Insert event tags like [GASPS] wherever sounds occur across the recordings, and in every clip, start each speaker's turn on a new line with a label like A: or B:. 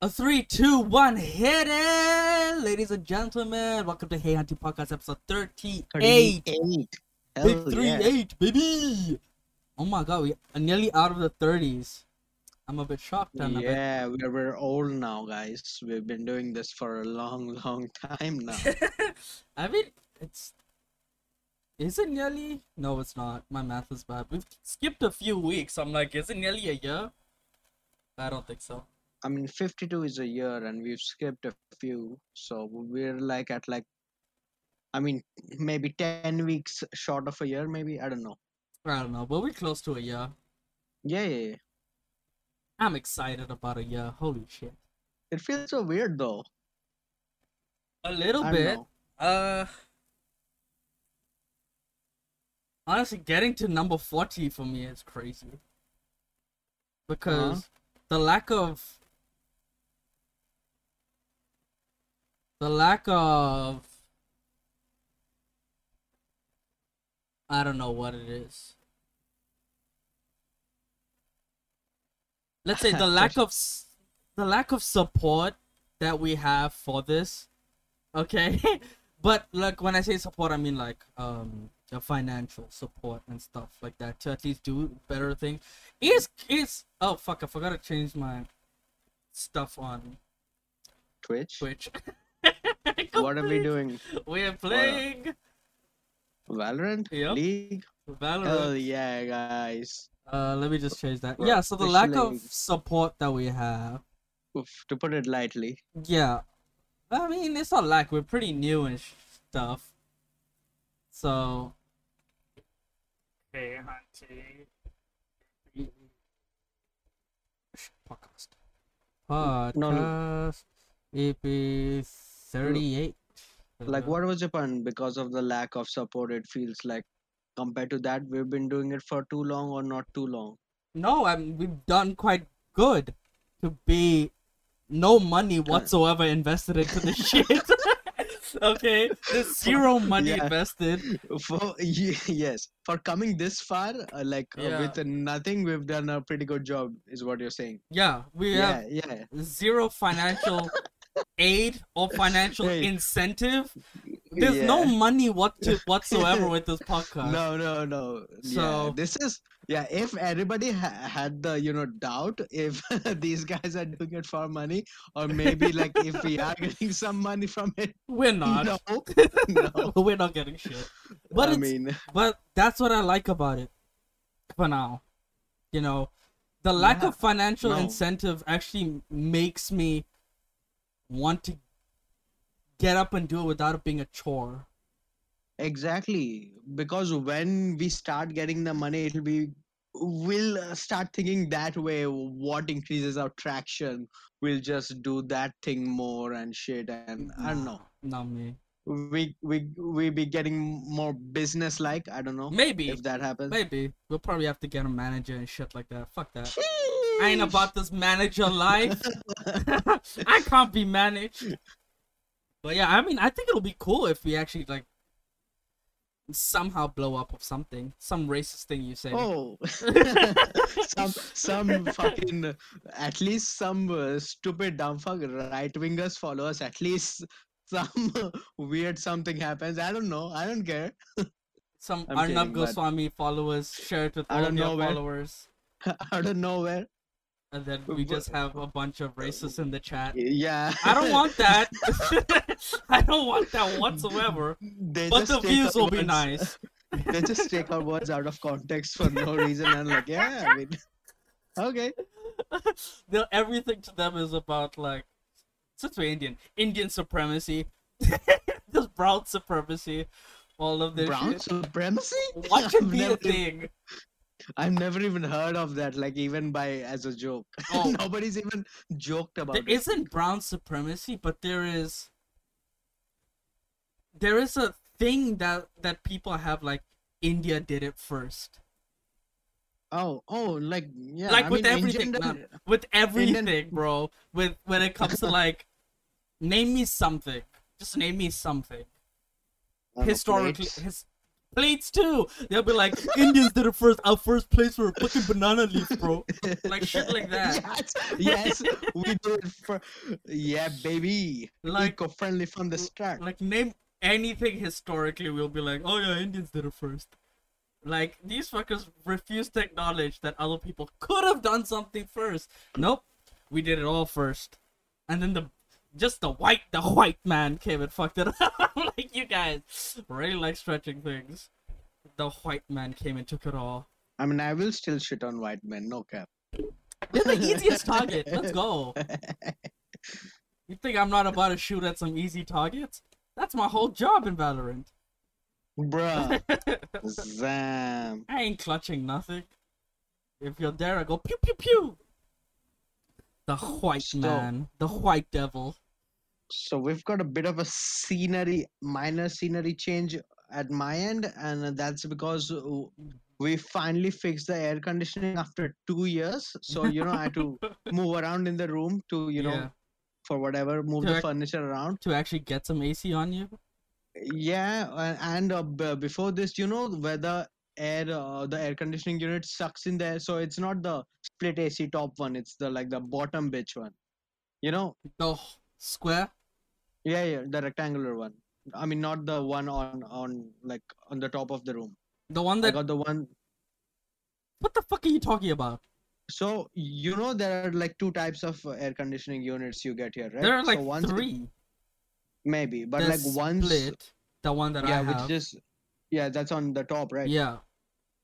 A: A three, two, one, hit it, ladies and gentlemen. Welcome to Hey Hunting Podcast, episode thirty-eight.
B: Eight.
A: Big
B: Hell
A: three
B: yeah.
A: eight, baby. Oh my god, we are nearly out of the thirties. I'm a bit shocked and a bit
B: Yeah, we're, we're old now, guys. We've been doing this for a long, [LAUGHS] long time now.
A: I mean, it's. Is it nearly? No, it's not. My math is bad. We've skipped a few weeks. I'm like, is it nearly a year? I don't think so.
B: I mean, 52 is a year, and we've skipped a few, so we're like at like, I mean, maybe 10 weeks short of a year, maybe. I don't know.
A: I don't know, but we're close to a year.
B: Yeah, yeah, yeah.
A: I'm excited about a year. Holy shit.
B: It feels so weird though.
A: A little
B: I don't
A: bit.
B: know.
A: Uh. Honestly, getting to number 40 for me is crazy. Because the lack of. The lack of. I don't know what it is. Let's
B: [LAUGHS]
A: say the lack of s- the lack of support that we have for this okay [LAUGHS] but like when i say support i mean like um the financial support and stuff like that to at least do better things is is oh fuck i forgot to change my stuff on
B: Twitch.
A: twitch [LAUGHS]
B: What are we doing?
A: we're playing
B: Valorant?
A: Yep.
B: League? Oh
A: valorant
B: yeah, guys.
A: uh let me just change that
B: Bro,
A: yeah so the
B: this
A: lack of
B: leg.
A: support that we have
B: Oof, to put it lightly.
A: Yeah. I mean, it's not like we're pretty new and sh- stuff. So. Hey, hunty. Podcast. Podcast. E
B: no.
A: EP 38.
B: Like, what was your pun? Because of the lack of support, it feels like compared to that, we've been doing it for too long or not too long.
A: No, I mean, we've done quite good to be no money whatsoever invested into the shit. [LAUGHS] okay, there's
B: [LAUGHS]
A: zero money
B: Yeah.
A: invested.
B: For [LAUGHS] ye- yes, for coming this far, uh, like uh,
A: Yeah.
B: with uh, nothing, we've done a pretty good job, is what you're saying.
A: Yeah, we have
B: Yeah, yeah,
A: zero financial aid or financial
B: Hey.
A: incentive. There's
B: yeah.
A: no money what
B: [LAUGHS]
A: to, whatsoever with this podcast.
B: No, no, no. yeah,
A: So-
B: this is yeah. If everybody ha- had the you know doubt if [LAUGHS] these guys are doing it for money, or maybe like if we are [LAUGHS] getting some money from it,
A: We're [LAUGHS] not.
B: no, no.
A: [LAUGHS] We're not getting shit. But
B: I
A: it's,
B: mean,
A: but that's what I like about it for now. You know, the lack
B: Yeah.
A: of financial
B: No.
A: incentive actually makes me want to get up and do it without it being a chore.
B: exactly because when we start getting the money, it'll be we'll uh, start thinking that way. What increases our traction? We'll just do that thing more and shit. And I don't know.
A: Not me.
B: We we we be getting more business like. I don't know.
A: Maybe.
B: Oh, if that happens.
A: Maybe. We'll probably have to get a manager and shit like that. Fuck that. I ain't about this
B: [LAUGHS]
A: manager life. [LAUGHS] I can't be managed. But yeah, I mean, I think it'll be cool if we actually like somehow blow up of something, some racist thing you say.
B: Oh, [LAUGHS] some some fucking at least some uh, stupid dumb fuck right wingers follow us. At least some [LAUGHS] weird something happens. I don't know. I don't care. [LAUGHS]
A: Some
B: I'm
A: Arnab
B: kidding, but-
A: Goswami followers share it with
B: I
A: all
B: don't
A: of your
B: know where-
A: followers,
B: Out of nowhere.
A: and then we
B: Wh-
A: just have a bunch of racists in the chat.
B: Yeah.
A: I don't want that. [LAUGHS] I don't want that whatsoever.
B: [LAUGHS] They
A: But
B: just
A: the
B: take
A: views
B: our
A: will be
B: words-
A: nice.
B: They just take our words out of context for no reason and like, yeah, I mean, okay.
A: They'll, everything to them is about like since we're Indian, Indian supremacy, [LAUGHS] just brown supremacy, all of this
B: Brown
A: shit. [LAUGHS]
B: supremacy? [LAUGHS]
A: What should
B: I've
A: be
B: never
A: a
B: even-
A: thing?
B: I've never even heard of that, like even by as a joke. [LAUGHS]
A: Oh.
B: Nobody's even joked about
A: There
B: it.
A: isn't brown supremacy, but there is there is a thing that that people have like India did it first,
B: Oh, oh, like yeah,
A: like
B: I
A: with
B: mean, in
A: everything,
B: general-
A: man, with everything,
B: Indian-
A: bro. With when it comes to like, name me something, just name me something.
B: I don't know, [LAUGHS]
A: historically
B: plates,
A: his plates too. They'll be like, Indians did it first. Our first place for a fucking banana leaf, bro. Like shit like that.
B: Yes, yes, we do it for yeah, baby.
A: Like-
B: Eco friendly from the start.
A: Like name anything historically, we'll be like, oh yeah, Indians did it first. Like these fuckers refuse to acknowledge that other people could have done something first. Nope, we did it all first, and then the just the white the white man came and fucked it [LAUGHS] up. I'm like you guys really like stretching things. The white man came and took it all.
B: I mean, I will still shit on white men. No cap.
A: They're the easiest target. Let's go. You think I'm not about to shoot at some easy targets? That's my whole job in Valorant. [LAUGHS]
B: Bruh. Zam.
A: I ain't clutching nothing. If you're there, I go pew pew pew. The white
B: So-
A: man, the white devil.
B: So we've got a bit of a scenery, minor scenery change at my end, and that's because uh, we finally fixed the air conditioning after two years. So you know, I
A: [LAUGHS]
B: had to move around in the room to you know
A: Yeah.
B: for whatever move the
A: Correct.
B: furniture around.
A: to actually get some AC on you.
B: Yeah, a- and uh, b- before this, you know, where the air, uh, the air conditioning unit sucks in there, so it's not the split AC top one; it's the like the bottom bitch one. You know,
A: The h- square.
B: yeah, yeah, the rectangular one. I mean, not the one on on like on the top of the room.
A: The one
B: I
A: that.
B: got the one.
A: What the fuck are you talking about?
B: So you know, there are like two types of uh, air conditioning units you get here, right?
A: There are like
B: so once
A: three.
B: maybe, but like
A: There's
B: one's
A: split. The one that
B: yeah,
A: I
B: which
A: have.
B: just yeah, that's on the top, right?
A: Yeah.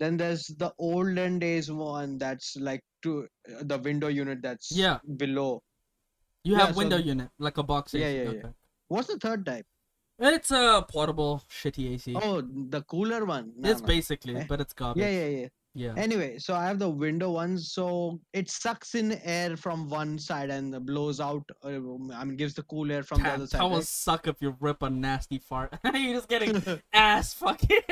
B: then there's the olden days one that's like to uh, the window unit that's
A: Yeah.
B: below
A: You
B: Yeah,
A: have
B: so-
A: window unit, like a box AC.
B: Yeah, yeah, yeah.
A: okay.
B: what's the third type
A: It's a portable, shitty AC.
B: oh the cooler one No,
A: it's
B: no.
A: basically,
B: Eh.
A: but it's garbage.
B: yeah yeah yeah
A: yeah.
B: anyway so i have the window one so it sucks in air from one side and blows out uh, i mean gives the cool air from the
A: Damn,
B: other
A: That
B: side
A: will
B: right?
A: suck if you rip a nasty fart. [LAUGHS] You're just getting
B: [LAUGHS]
A: ass fucking.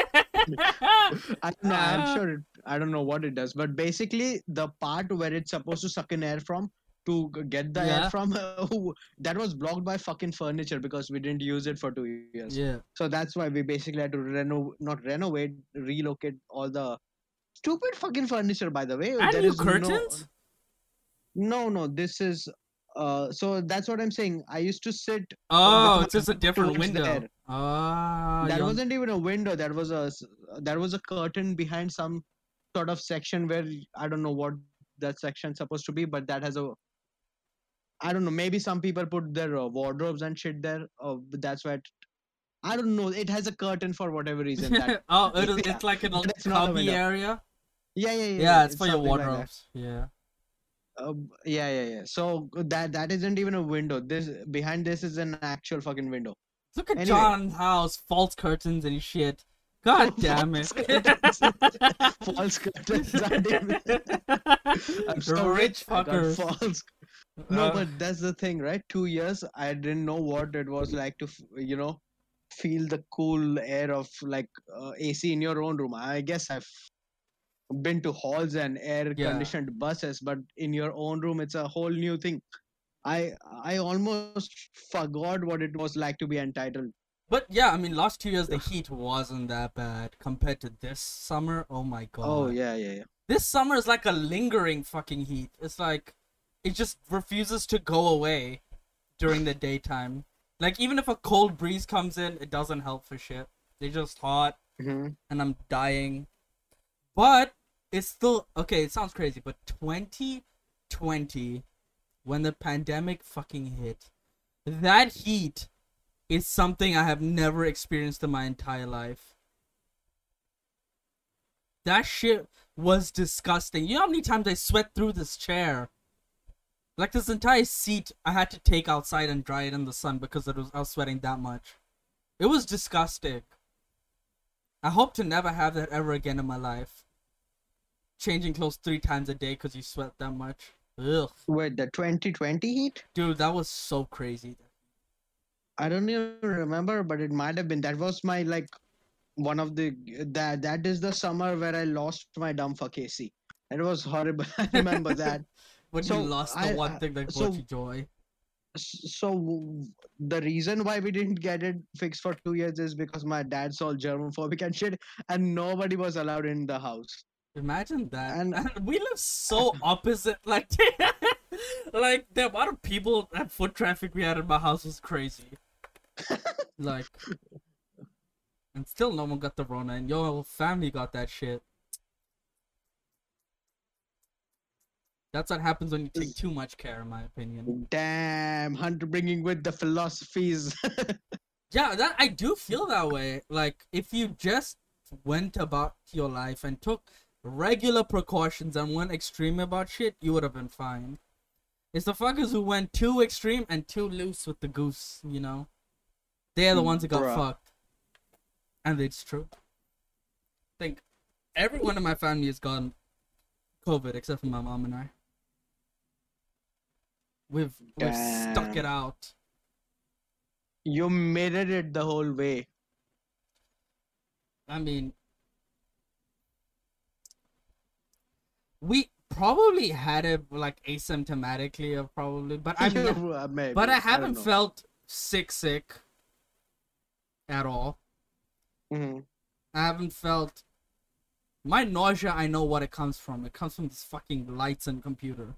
B: I don't know,
A: Ah.
B: I'm sure it, I don't know what it does, but basically the part where it's supposed to suck in air from to g- get the
A: Yeah.
B: air from [LAUGHS] that was blocked by fucking furniture because we didn't use it for two years.
A: yeah.
B: So that's why we basically had to reno not renovate, relocate all the stupid fucking furniture. By the way,
A: And
B: There
A: new
B: is no-
A: curtains?
B: No, no, this is. Uh, so that's what I'm saying. I used to sit.
A: Oh,
B: one
A: it's
B: [LAUGHS]
A: just a different
B: towards the
A: window.
B: air.
A: Ah,
B: that
A: you un-
B: wasn't even a window. That was a s- that was a curtain behind some sort of section where I don't know what that section's supposed to be, but that has a. I don't know. Maybe some people put their uh, wardrobes and shit there. Uh, but that's why. It, I don't know. It has a curtain for
A: [LAUGHS]
B: whatever reason. That
A: oh,
B: [LAUGHS]
A: it is,
B: Yeah,
A: it's like an old
B: but it's not a
A: cubby
B: window.
A: area.
B: Yeah, yeah,
A: Yeah,
B: yeah.
A: it's, for your
B: something like that.
A: wardrobes. yeah.
B: Uh, b- yeah, yeah, yeah. So g- that that isn't even a window. This behind this is an actual fucking window.
A: Look at
B: Anyway.
A: John House, false curtains and shit. [LAUGHS] God damn it.
B: [LAUGHS] False curtains.
A: [LAUGHS]
B: [LAUGHS] False curtains. [LAUGHS] I didn't- [LAUGHS] I'm so
A: Rich
B: I got
A: fuckers.
B: False. No,
A: Uh,
B: but that's the thing, right? Two years, I didn't know what it was like to, f- you know, feel the cool air of like uh, AC in your own room. I guess I've been to halls and air
A: Yeah.
B: conditioned buses, but in your own room, it's a whole new thing. I I almost forgot what it was like to be entitled.
A: But yeah, I mean, last two years the heat wasn't that bad compared to this summer. Oh my god.
B: Oh yeah, yeah, yeah.
A: This summer is like a lingering fucking heat. It's like it just refuses to go away during the daytime. Like even if a cold breeze comes in, it doesn't help for shit. They're just hot
B: Mhm.
A: and I'm dying. But it's still okay, it sounds crazy, but 2020 when the pandemic fucking hit, that heat is something I have never experienced in my entire life. That shit was disgusting. You know how many times I sweat through this chair? Like this entire seat I had to take outside and dry it in the sun because it was I was sweating that much. It was disgusting. I hope to never have that ever again in my life. Changing clothes three times a day because you sweat that much. Ugh.
B: Wait, the 2020 heat?
A: Dude, that was so crazy.
B: I don't even remember, but it might have been. That was my like one of the that that is the summer where I lost my dumb fuck AC.
A: [LAUGHS]
B: It was horrible. [LAUGHS] I remember that.
A: When
B: So,
A: you lost the
B: I-
A: one
B: I-
A: thing that
B: so-
A: brought you joy.
B: so w- the reason why we didn't get it fixed for two years is because my dad's all germophobic and shit, and nobody was allowed in the house.
A: Imagine that. [LAUGHS] And,
B: And-
A: we live
B: [LAUGHS]
A: so opposite. Like, [LAUGHS] like the amount of people and foot traffic we had in my house was
B: [LAUGHS]
A: crazy. like, and still no one got the Rona, and your whole family got that shit. That's what happens when you take too much care, in my opinion.
B: Damn, Hunter bringing with the philosophies. [LAUGHS]
A: Yeah, that I do feel that way. Like if you just went about your life and took regular precautions and weren't extreme about shit, you would have been fine. It's the fuckers who went too extreme and too loose with the goose, you know. They're the ones that got
B: Bruh.
A: fucked. And it's true. think everyone in my family has gotten COVID except for my mom and I. We've we've stuck it
B: Damn.
A: out.
B: you mirrored it the whole way.
A: I mean, we probably had it like asymptomatically, or probably, but
B: [LAUGHS]
A: I've
B: You
A: nev-
B: were- maybe,
A: but I
B: don't
A: haven't
B: know.
A: felt sick sick at all.
B: Mhm.
A: I haven't felt my nausea. I know what it comes from. It comes from this fucking lights and computer.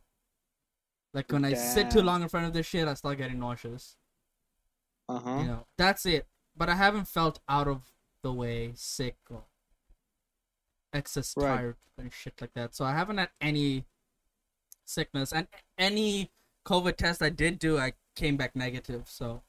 A: Like when I sit too
B: Damn.
A: long in front of this shit, I start getting nauseous.
B: Uh-huh.
A: You know, that's it. But I haven't felt out of the way, sick, or excess
B: Right.
A: tired and shit like that. So I haven't had any sickness and any COVID test I did do, I came back negative. So,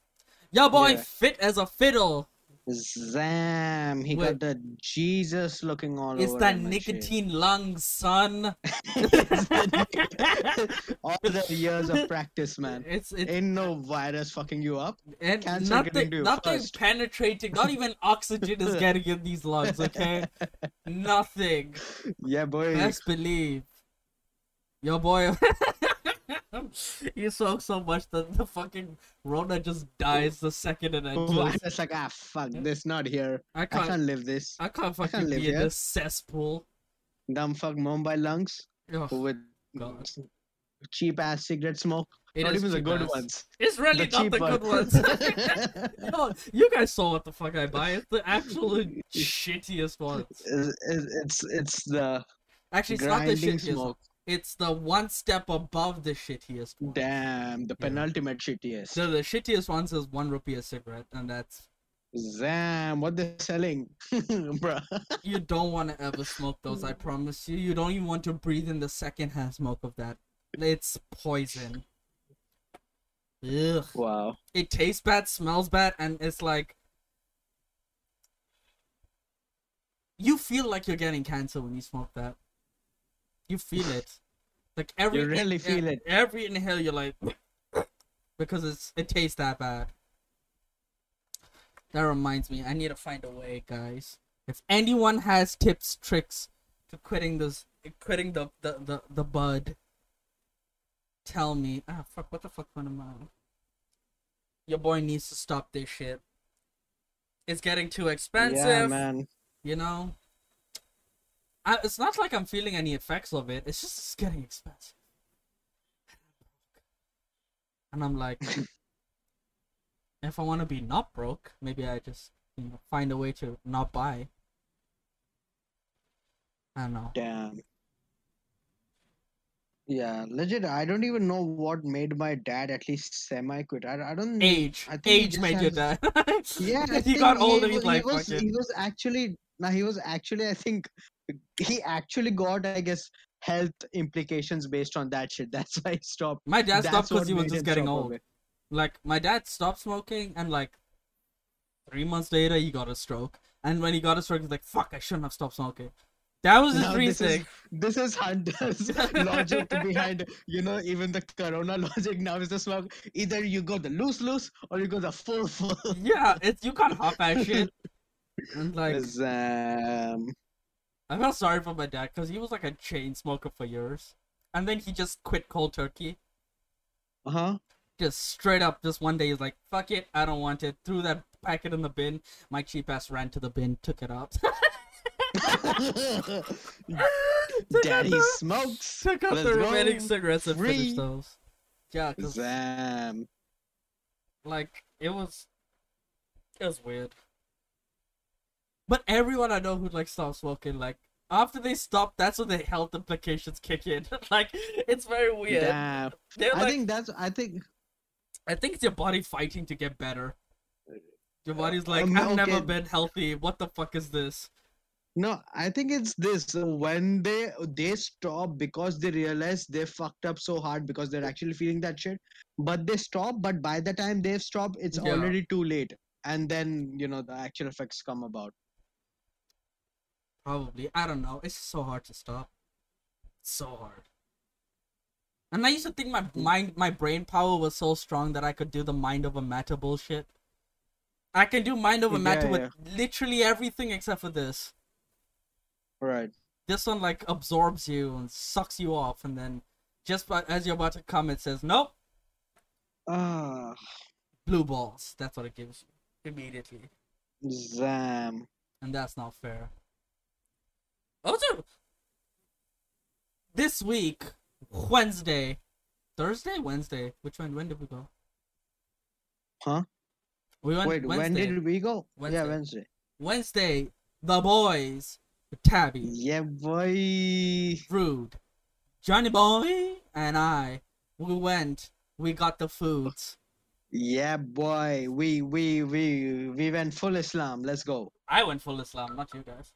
A: yo, boy,
B: Yeah.
A: fit as a fiddle.
B: Zam, he
A: Wait.
B: got the Jesus looking all
A: it's
B: over
A: that
B: him and shit.
A: nicotine lungs, son.
B: It's the nic- all the years of practice, [LAUGHS] man.
A: [LAUGHS] It's it's
B: Ain't no virus fucking you up.
A: and
B: cancer
A: nothing,
B: getting to you
A: nothing
B: first.
A: penetrating. Not even oxygen is getting in these lungs.
B: [LAUGHS]
A: Okay, nothing.
B: Yeah, boy.
A: Best believe. Yo, boy. [LAUGHS] you smoke so much that the fucking Rona just dies the second it enters.
B: Virus like ah fuck, this not here.
A: I
B: I
A: can't.
B: can't live this.
A: I can't fucking
B: live
A: be in
B: here.
A: this cesspool.
B: Dumb fuck Mumbai lungs
A: Ugh,
B: with
A: God.
B: cheap ass cigarette smoke.
A: it
B: not
A: is
B: even the
A: cheap
B: good
A: ass.
B: ones.
A: It's really
B: the
A: not the
B: cheap
A: good ones.
B: [LAUGHS]
A: [LAUGHS] Yo, you guys saw what the fuck I buy. It's the
B: [LAUGHS]
A: absolute shittiest ones.
B: It's, it's- it's it's the
A: Actually, it's not the
B: grinding
A: shittiest.
B: smoke.
A: It's the one step above the shittiest. One.
B: Damn, the
A: Yeah.
B: penultimate shittiest.
A: So the shittiest ones is one rupee a cigarette, and that's
B: Zam, what they're selling, [LAUGHS] bruh.
A: you don't want to ever smoke those. I promise you. You don't even want to breathe in the secondhand smoke of that. It's poison. Ugh.
B: Wow.
A: It tastes bad, smells bad, and it's like you feel like you're getting cancer when you smoke that. You feel it. Like every
B: really
A: e-
B: feel it.
A: Every inhale, you're like because it's it tastes that bad. That reminds me, I need to find a way, guys. If anyone has tips, tricks to quitting this, quitting the the the, the bud, tell me. Ah, fuck! What the fuck? What am I? Your boy needs to stop this shit. It's getting too expensive
B: Yeah, man.
A: you know I, it's not like i'm feeling any effects of it it's just it's getting expensive and i'm
B: [LAUGHS]
A: like if i want to be not broke maybe i just you know, find a way to not buy i don't know
B: Damn. Yeah, legit. I don't even know what made my dad at least semi quit. I, I don't.
A: age
B: Mm, I think he
A: age
B: just
A: made your dad
B: Yeah,
A: [LAUGHS]
B: I
A: he
B: think
A: got older he's
B: wa-
A: like
B: he was,
A: fuck it.
B: he was actually. Now he was actually. I think he actually got. I guess health implications based on that shit. That's why he stopped.
A: my dad stopped
B: That's
A: because
B: what
A: he was
B: made
A: just
B: him
A: getting
B: stop
A: old
B: away.
A: like my dad stopped smoking and like three months later he got a stroke and when he got a stroke he's like fuck i shouldn't have stopped smoking that was his
B: Now this is-
A: reason
B: This is Hunter's
A: [LAUGHS]
B: logic behind, you know, even the corona [LAUGHS] logic now is the smoke. Either you go the loose loose or you go the full full.
A: yeah it's you can't hop at shit and like
B: um,
A: i felt sorry for my dad because he was like a chain smoker for years and then he just quit cold turkey
B: huh?
A: just straight up just one day he's like fuck it i don't want it threw that packet in the bin my cheap ass ran to the bin [LAUGHS] took it out [LAUGHS] Took out
B: Daddy
A: the-
B: smokes.
A: took out
B: Let's
A: the
B: go.
A: remaining cigarettes and
B: Free.
A: finished those yeah 'cause
B: Zam.
A: Like it was, it was weird. But everyone I know who like stopped smoking, like after they stopped, that's when the health implications kick in. [LAUGHS] like it's very weird.
B: Damn.
A: They're
B: I
A: like,
B: think that's. I think.
A: I think it's your body fighting to get better. Your body's like,
B: Um,
A: I've never
B: okay.
A: been healthy. What the fuck is this?
B: No, I think it's this uh, when they they stop because they realize they fucked up so hard because they're actually feeling that shit. But they stop, but by the time they've stopped, it's
A: Yeah.
B: already too late. And then you know the actual effects come about.
A: Probably. I don't know. It's so hard to stop. So hard. And I used to think my
B: Mm.
A: mind, my brain power was so strong that I could do the mind over matter bullshit. I can do mind over
B: Yeah,
A: matter with literally everything except for this.
B: Right.
A: This one like absorbs you and sucks you off, and then just by, as you're about to come, it says nope,
B: Ah,
A: blue balls. That's what it gives you immediately,
B: zam.
A: and that's not fair. Also, this week, Wednesday, Thursday, Wednesday. Which one? When did we go?
B: Huh?
A: We went
B: Wait,
A: Wednesday.
B: when did we go? Yeah,
A: Wednesday.
B: Wednesday.
A: Wednesday, the boys, Tabby,
B: Yeah, boy.
A: Rude, Johnny Boy, and I. We went. We got the foods.
B: Yeah, boy. We we we we went full Islam. Let's go. [LAUGHS]
A: I went full Islam, not you guys.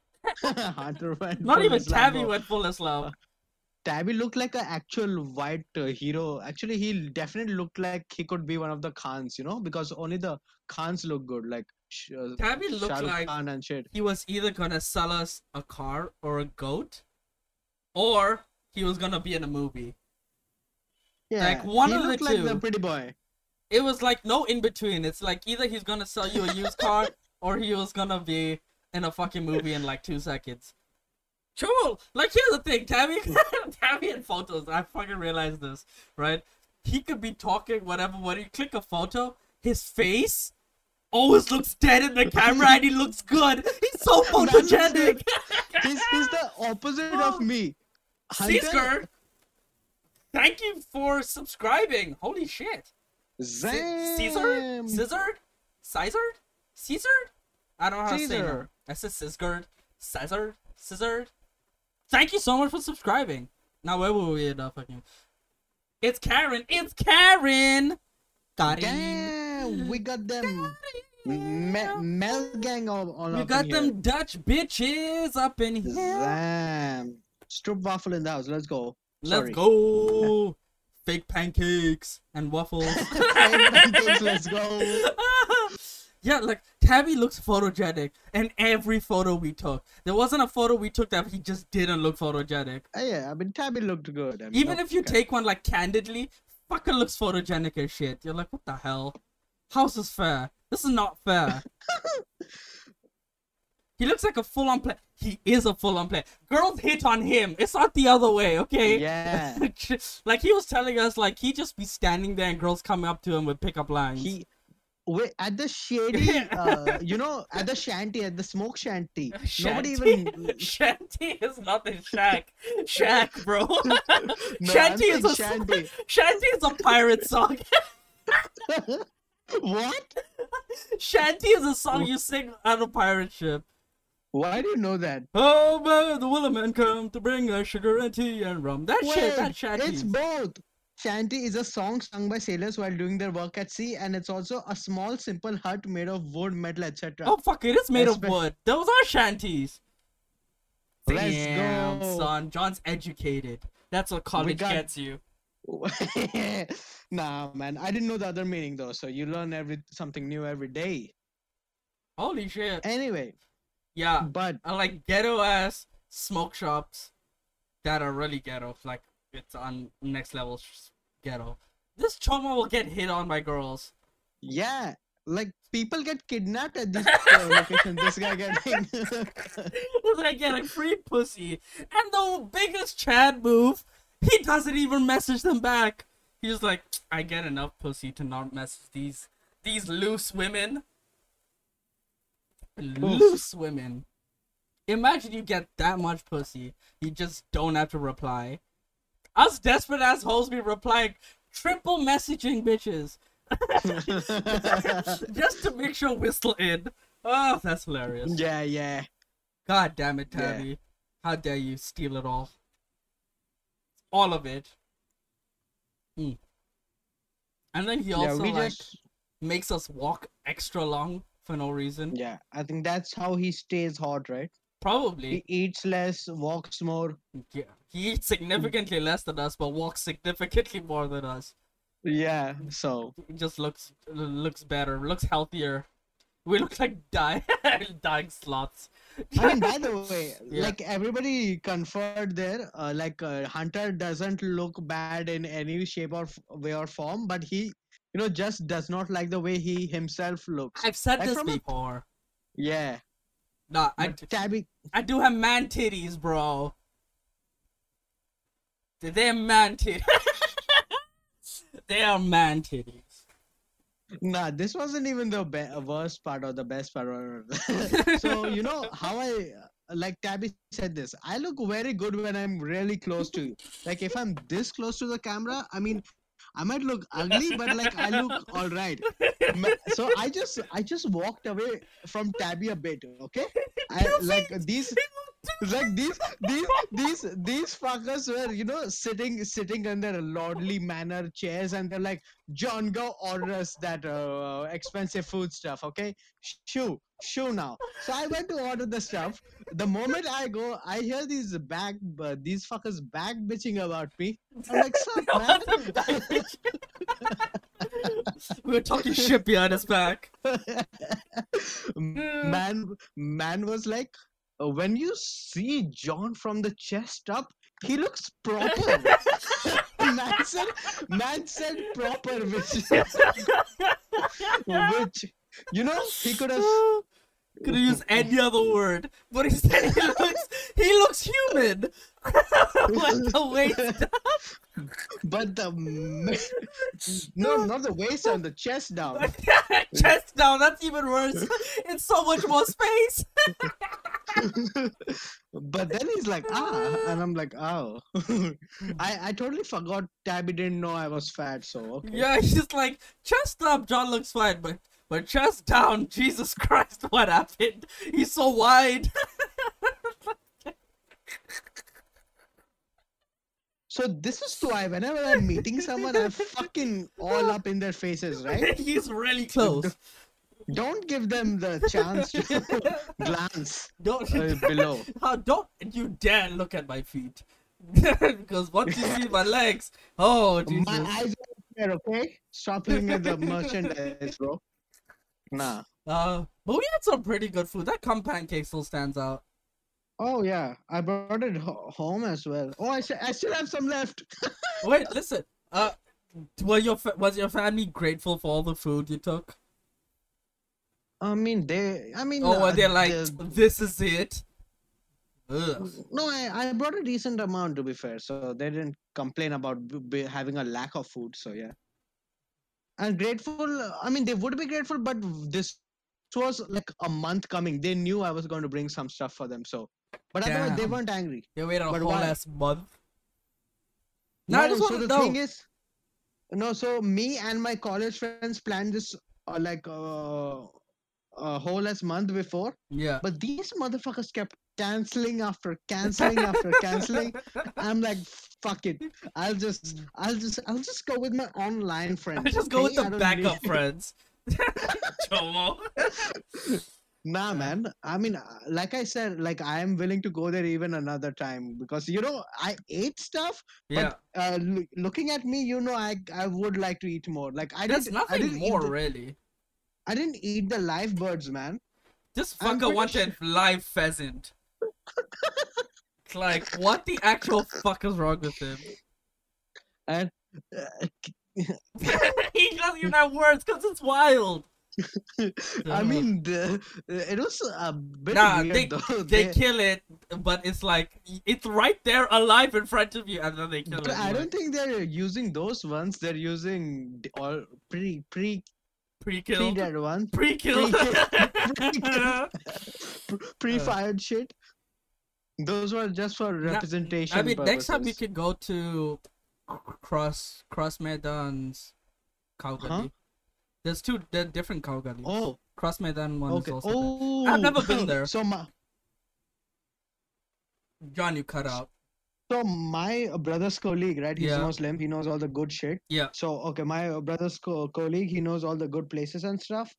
B: Hunter went
A: Not
B: full
A: even
B: Islam,
A: Tabby
B: bro.
A: went full Islam.
B: Tabby looked like an actual white uh, hero. Actually, he definitely looked like he could be one of the Khans, you know, because only the Khans look good, like Sh- uh,
A: Tabby looked
B: Shah Rukh
A: like-
B: Khan and shit.
A: He was either gonna sell us a car or a goat, or he was gonna be in a movie.
B: Yeah,
A: one
B: he
A: of the
B: looked like the
A: two.
B: pretty boy.
A: It was like no in between. It's like either he's gonna sell you a used car or he was gonna be in a fucking movie in like two seconds. True. Like here's the thing, Tammy [LAUGHS] Tammy in photos, I fucking realized this, right? He could be talking whatever when you click a photo, his face always looks dead in the camera and he looks good. He's so
B: That's it.
A: photogenic.
B: He's,
A: [LAUGHS]
B: he's the opposite
A: Oh.
B: of me. Hunter,
A: Caesar, thank you for subscribing. Holy shit. C- Caesar?
B: Zam.
A: Scissored? Scissored? Caesar? I don't know how to say her.
B: Caesar.
A: I said Scisgored. Scissored? Scissored? Thank you so much for subscribing. Now where were we in the fucking It's Karen! It's Karen! Karen.
B: Damn, we got them. Me- Mel gang all, all
A: We
B: up
A: got
B: in here.
A: them Dutch bitches up in here.
B: Zam. Strip waffle in the house. Let's go.
A: Let's
B: Sorry. [LAUGHS]
A: go! Fake pancakes and waffles.
B: Let's go.
A: [LAUGHS] yeah, like Tabby looks photogenic in every photo we took. There wasn't a photo we took that he just didn't look photogenic.
B: Uh, yeah, I mean, Tabby looked good. I mean,
A: Even
B: no-
A: if you
B: okay.
A: take one like candidly, fucking looks photogenic as shit. You're like, what the hell? How's this fair? This is not
B: [LAUGHS]
A: fair. he looks like a full on player. He is a full on player. Girls hit on him. It's not the other way, okay?
B: Yeah.
A: [LAUGHS] like he was telling us, like he just be standing there and girls coming up to him with pickup lines.
B: He. Wait, at the shady,
A: [LAUGHS]
B: uh, you know, at the shanty, at the smoke shanty,
A: [LAUGHS]
B: nobody [LAUGHS] even.
A: Shanty is not the [LAUGHS] shack. Shack, bro.
B: [LAUGHS]
A: [LAUGHS]
B: No,
A: shanty
B: I'm
A: is a
B: saying
A: shanty. [LAUGHS] shanty is a pirate song. [LAUGHS]
B: shanty. what?
A: shanty is a song you sing on a pirate ship.
B: Why do you know that?
A: Oh, man, the Willerman come to bring us sugar and tea and rum. That shit, that
B: Wait, it's
A: shanty.
B: both. Shanty is a song sung by sailors while doing their work at sea, and it's also a small, simple hut made of wood, metal, etc.
A: Oh fuck, it is made of
B: Espe-
A: wood. Those are shanties.
B: Let's
A: Damn,
B: go.
A: son. John's educated. That's what college
B: got-
A: gets you.
B: [LAUGHS] nah, man, I didn't know the other meaning though, so you learn every something new every day.
A: Holy shit.
B: Anyway,
A: Yeah.
B: but
A: I like ghetto ass smoke shops that are really ghetto. Like it's on next level sh- ghetto. This trauma will get hit on by girls.
B: yeah, like people get kidnapped at this uh, location. This guy getting [LAUGHS]
A: [LAUGHS] It's like get a free pussy. And the biggest Chad move, he doesn't even message them back. He's just like, I get enough pussy to not message these these loose women. Loose women. Imagine you get that much pussy, you just don't have to reply. Us desperate assholes be replying, triple messaging bitches. just to make sure we're still in. Oh, that's hilarious.
B: yeah, yeah.
A: God damn it,
B: Yeah.
A: Tabby. How dare you steal it all? All of it. Mm. And then he
B: yeah,
A: also
B: we
A: like
B: just
A: makes us walk extra long for no reason.
B: yeah. I think that's how he stays hot, right? He
A: Probably.
B: eats less, walks more.
A: Yeah. He eats significantly less than us, but walks significantly more than us.
B: Yeah. So
A: He just looks looks better, looks healthier. We look like [LAUGHS] die dying sloths.
B: I mean, by the way,
A: [LAUGHS] Yeah.
B: like everybody conferred there, uh, like uh, Hunter doesn't look bad in any shape or f- way or form, but he, you know, just does not like the way he himself looks.
A: I've said
B: Like
A: this
B: from a-
A: before.
B: Yeah,
A: Nah, I,
B: but Tabby.
A: I do have man titties, bro. They- They're man titties. [LAUGHS] they are man titties.
B: Nah, this wasn't even the be- worst part or the best part. Or... [LAUGHS] so you know how I uh, like Tabby said this. I look very good when I'm really close to you. Like if I'm this close to the camera, I mean, I might look ugly, but like I look all right. Ma- so I just I just walked away from Tabby a bit, okay? I, like these [LAUGHS] like these these these these fuckers were you know sitting sitting on their lordly manner chairs and they're like John go order us that uh, expensive food stuff, okay? Shoo shoo now. So I went to order the stuff. The moment I go, I hear these back uh, these fuckers back bitching about me. I'm like, sup,
A: [LAUGHS]
B: man?
A: we were talking shit behind his back. Yeah.
B: man man was like uh, when you see john from the chest up he looks proper man said man said proper which which you know
A: [SIGHS]
B: he could have
A: Could have used any other word, but instead he looks he looks human. [LAUGHS] like the
B: [LAUGHS]
A: waist
B: but the m- no not the waist and the chest down
A: [LAUGHS] chest down. That's even worse. It's so much more space.
B: but then he's like ah and i'm like oh [LAUGHS] i i totally forgot tabby didn't know i was fat so okay
A: Yeah, [LAUGHS] he's just like chest up. John looks fine, but but chest down. [LAUGHS] Jesus Christ, what happened? He's so wide. [LAUGHS]
B: So this is why whenever I'm meeting someone, I'm fucking all up in their faces, right?
A: he's really close.
B: [LAUGHS] Don't give them the chance to [LAUGHS] glance
A: Don't
B: uh, below.
A: [LAUGHS] How don't you dare look at my feet. [LAUGHS] because once you see my legs, oh Jesus.
B: [LAUGHS] My eyes are there, okay? Stop looking at the merchandise, bro. Nah.
A: Uh, but we had some pretty good food. That cum pancake still stands out.
B: Oh yeah, I brought it ho- home as well. Oh, I, sh- I still have some left.
A: Wait, listen. Uh, were your fa- was your family grateful for all the food you took?
B: I mean, they. I mean.
A: Or were
B: uh,
A: they like,
B: the-
A: this is it? Ugh.
B: No, I, I brought a decent amount to be fair, so they didn't complain about b- b- having a lack of food. So yeah, and grateful. uh, I mean, they would be grateful, but w- this was like a month coming. They knew I was going to bring some stuff for them. So, but otherwise, they
A: Damn.
B: weren't angry.
A: They waited a
B: But
A: whole
B: why?
A: ass month. Now I just
B: so
A: want
B: the
A: to know.
B: thing is, no. So me and my college friends planned this uh, like uh, a whole last month before,
A: yeah.
B: but these motherfuckers kept canceling after canceling after canceling. I'm like, fuck it. I'll just, I'll just, I'll just go with my online friends.
A: I [LAUGHS] just go with
B: okay?
A: the
B: I don't
A: backup
B: need-
A: friends. Chomo.
B: [LAUGHS] Nah, man. I mean, uh, like I said, like I am willing to go there even another time because you know I ate stuff.
A: Yeah.
B: But, uh, loo- looking at me, you know, I I would like to eat more. Like I
A: There's
B: didn't, I
A: nothing
B: didn't
A: more,
B: Eat the,
A: really.
B: I didn't eat the live birds, man. [LAUGHS]
A: This
B: I'm
A: fucker
B: pretty
A: wanted live
B: [LAUGHS]
A: pheasant. It's like, what the actual fuck is wrong with him?
B: Uh,
A: [LAUGHS] he doesn't even have words because it's wild.
B: I
A: Ugh.
B: mean, the, it was a bit
A: Nah,
B: weird
A: they-
B: though. [LAUGHS]
A: they
B: They-
A: kill it, but it's like it's right there, alive in front of you, and then they kill
B: But
A: it.
B: I
A: like,
B: don't think they're using those ones. They're using d- all pre pre pre
A: pre-killed,
B: dead ones,
A: pre-killed. [LAUGHS]
B: Pre-killed. pre fired shit. Those were just for representation.
A: Uh. I mean, next time we
B: purposes.
A: can go to Cross Cross Maidan's Calgary. There's two di- different cow gullies.
B: Oh,
A: Cross Maidan one
B: okay.
A: is also there.
B: Oh,
A: never
B: [LAUGHS]
A: been there.
B: So my
A: John, you cut out.
B: so my brother's colleague, right? He's
A: Yeah.
B: Muslim. He knows all the good shit.
A: Yeah.
B: So okay, my brother's co- colleague, he knows all the good places and stuff.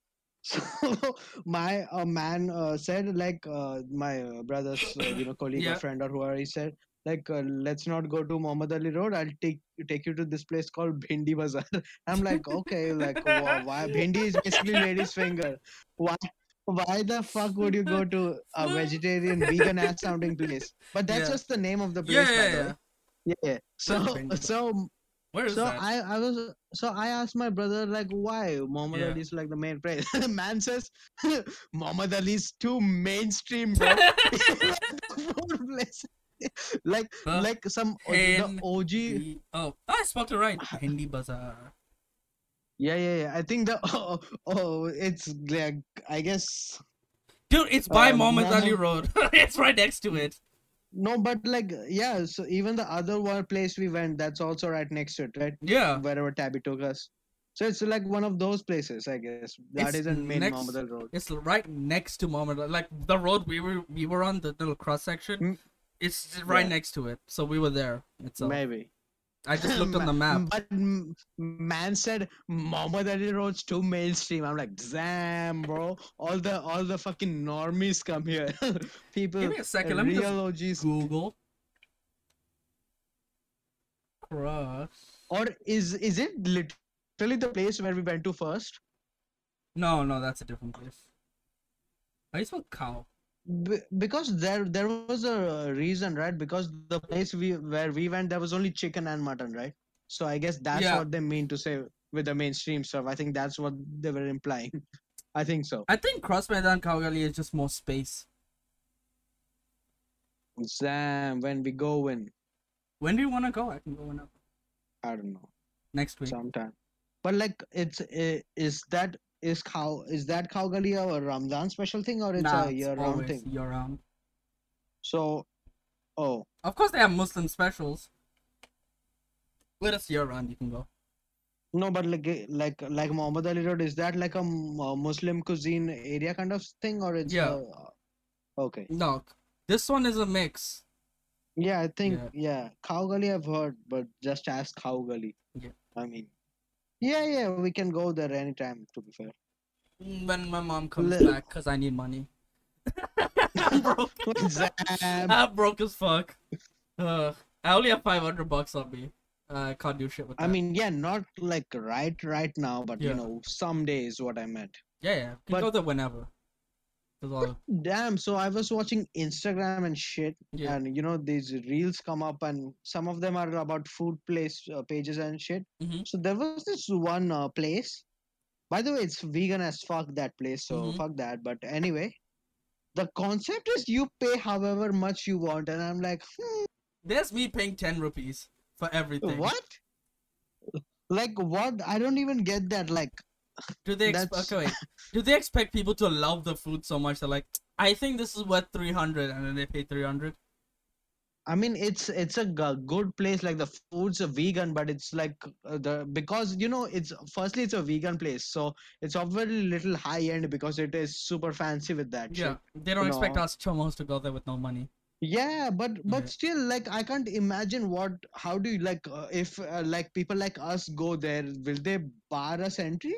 B: [LAUGHS] So my uh, man uh, said, like uh, my uh, brother's, uh, you know, colleague
A: Yeah.
B: or friend or whoever, he said, like uh, let's not go to Muhammad Ali Road. I'll take take you to this place called Bhindi Bazaar. [LAUGHS] I'm like, okay, like wha- why? Bhindi is basically lady's finger. Why? Why the fuck would you go to a vegetarian, vegan ass sounding place? But that's
A: Yeah.
B: just the name of the place.
A: Yeah,
B: by
A: yeah,
B: the way.
A: yeah.
B: Yeah, yeah. So
A: Bhindi.
B: so
A: Where is
B: so
A: that?
B: I, I was so I asked my brother like why Muhammad
A: Yeah.
B: Ali is like the main [LAUGHS] place. Man says [LAUGHS] Muhammad Ali is too mainstream,
A: [LAUGHS]
B: bro. [LAUGHS] Poor place. like
A: The
B: like some o- the
A: hen-
B: OG.
A: oh, I spelled it
B: [LAUGHS]
A: right. Hindi Bazaar.
B: Yeah, yeah, yeah. I think the [LAUGHS] oh, it's like I guess
A: Dude, it's by
B: Uh,
A: Muhammad Ali
B: Muhammad-
A: Road. [LAUGHS] it's right next to it.
B: no, but like yeah. So even the other one place we went, that's also right next to it, right?
A: Yeah.
B: Wherever Tabby took us. So it's like one of those places, I guess. That
A: It's
B: is isn't main
A: next-
B: Muhammad Ali Road.
A: It's right next to Muhammad Ali. Like the road we were we were on, the little cross section.
B: Mm.
A: It's right
B: Yeah.
A: next to it. So we were there. It's uh,
B: Maybe.
A: I just looked on [LAUGHS] the
B: Ma-
A: map.
B: [LAUGHS] But m- man said Muhammad Ali Road's too mainstream. I'm like, damn, bro. All the all the fucking normies come here. [LAUGHS] People,
A: Give me a second, let me just
B: real OGs.
A: Google. Cross.
B: Or is is it literally the place where we went to first?
A: No, no, that's a different place. I spelled cow.
B: Be- because there there was a reason, right? Because the place we where we went, there was only chicken and mutton, right? So I guess that's
A: Yeah.
B: what they mean to say with the mainstream stuff. I think that's what they were implying. [LAUGHS] I think so.
A: I think Cross Maidan Cowgully is just more space.
B: Damn, when we go in,
A: When do you want to go? I can go whenever.
B: I don't know.
A: Next week.
B: sometime. But like, it's i- is that is cow is that Kavgali a Ramadan special thing or it's
A: nah,
B: a
A: it's
B: year round
A: always
B: thing?
A: year round.
B: So, oh,
A: Of course, they have Muslim specials. Let us year round. You can go.
B: no, but like eh, like like Muhammad Ali Road is that like a m- a Muslim cuisine area kind of thing or it's
A: Yeah.
B: a- okay.
A: No, this one is a mix.
B: Yeah, I think yeah, Kavgali I've heard, but just ask Kavgali.
A: Yeah.
B: I mean, yeah, yeah, we can go there anytime. To be
A: [LAUGHS]
B: fair.
A: Mm, When my mom comes back
B: Le-
A: 'cause back, cause I need money. [LAUGHS] I'm broke.
B: Zam.
A: I'm broke as fuck. Ugh. I only have 500 bucks on me. I can't do shit with that.
B: I mean, yeah, not like right right now, but
A: Yeah.
B: you know, someday is what I meant.
A: yeah, yeah. You can
B: but-
A: go there whenever. There's all-
B: Damn, so I was watching Instagram and shit,
A: Yeah.
B: and you know, these reels come up, and some of them are about food place uh, pages and shit.
A: Mhm.
B: So there was this one uh, place. By the way, it's vegan as fuck that place, so
A: Mhm.
B: fuck that. But anyway, the concept is you pay however much you want, and I'm like, hmm,
A: There's me paying 10 rupees for everything.
B: what? Like what? I don't even get that. Like,
A: Do they expect?
B: That's- [LAUGHS]
A: Okay, wait. Do they expect people to love the food so much? They're like, I think this is worth three hundred, and then they pay three hundred.
B: I mean, it's it's a g- good place. Like the food's a vegan, but it's like uh, the because you know it's firstly it's a vegan place, so it's obviously little high end because it is super fancy with that.
A: Yeah,
B: shit.
A: they don't expect
B: No.
A: us chomos to go there with no money.
B: Yeah, but but
A: Yeah.
B: still, like I can't imagine what. How do you like uh, if uh, like people like us go there? Will they bar us entry?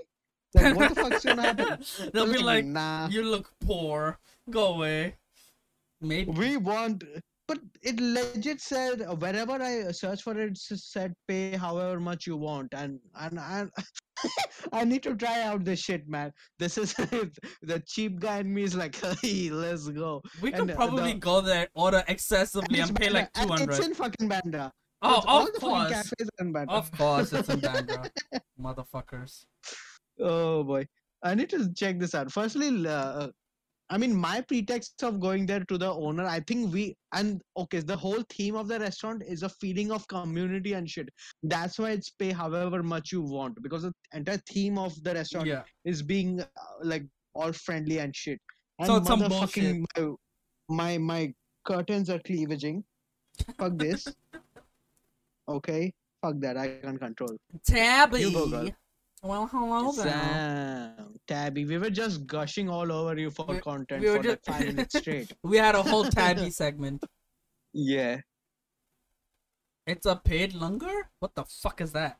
B: [LAUGHS] Like what the
A: [LAUGHS]
B: fuck's gonna happen?
A: They'll be like,
B: nah.
A: you look poor. Go away. Maybe.
B: we want but it legit said uh, wherever i search for it s- said pay however much you want and and [LAUGHS] i i need to try out this shit man this is [LAUGHS] the cheap guy in me is like [LAUGHS] hey let's go
A: We could
B: and, uh,
A: probably
B: the-
A: go there, order excessively,
B: it's
A: and pay like two
B: Bandra, and it's
A: hundred.
B: in fucking Bandra. It's
A: Oh,
B: all
A: of
B: the fucking
A: course,
B: cafes are in Bandra.
A: of course, it's in Bandra, motherfuckers.
B: Oh boy, I need to check this out. Firstly, l- uh, I mean, my pretext of going there to the owner, I think we and okay, the whole theme of the restaurant is a feeling of community and shit. That's why it's pay however much you want because the entire theme of the restaurant
A: Yeah,
B: is being uh, like all friendly and shit. And
A: So it's some
B: motherfucking my, my my curtains are cleavaging. Fuck
A: [LAUGHS]
B: this. okay, fuck that. I can't control.
A: Tabby.
B: You go, girl.
A: Well, hello
B: uh,
A: there.
B: Sam, Tabby, we were just gushing all over you for
A: We-
B: content
A: we were
B: for like
A: ju-
B: five minutes
A: [LAUGHS]
B: straight.
A: We had a whole
B: [LAUGHS]
A: tabby segment.
B: Yeah.
A: It's a paid longer? What the fuck is that?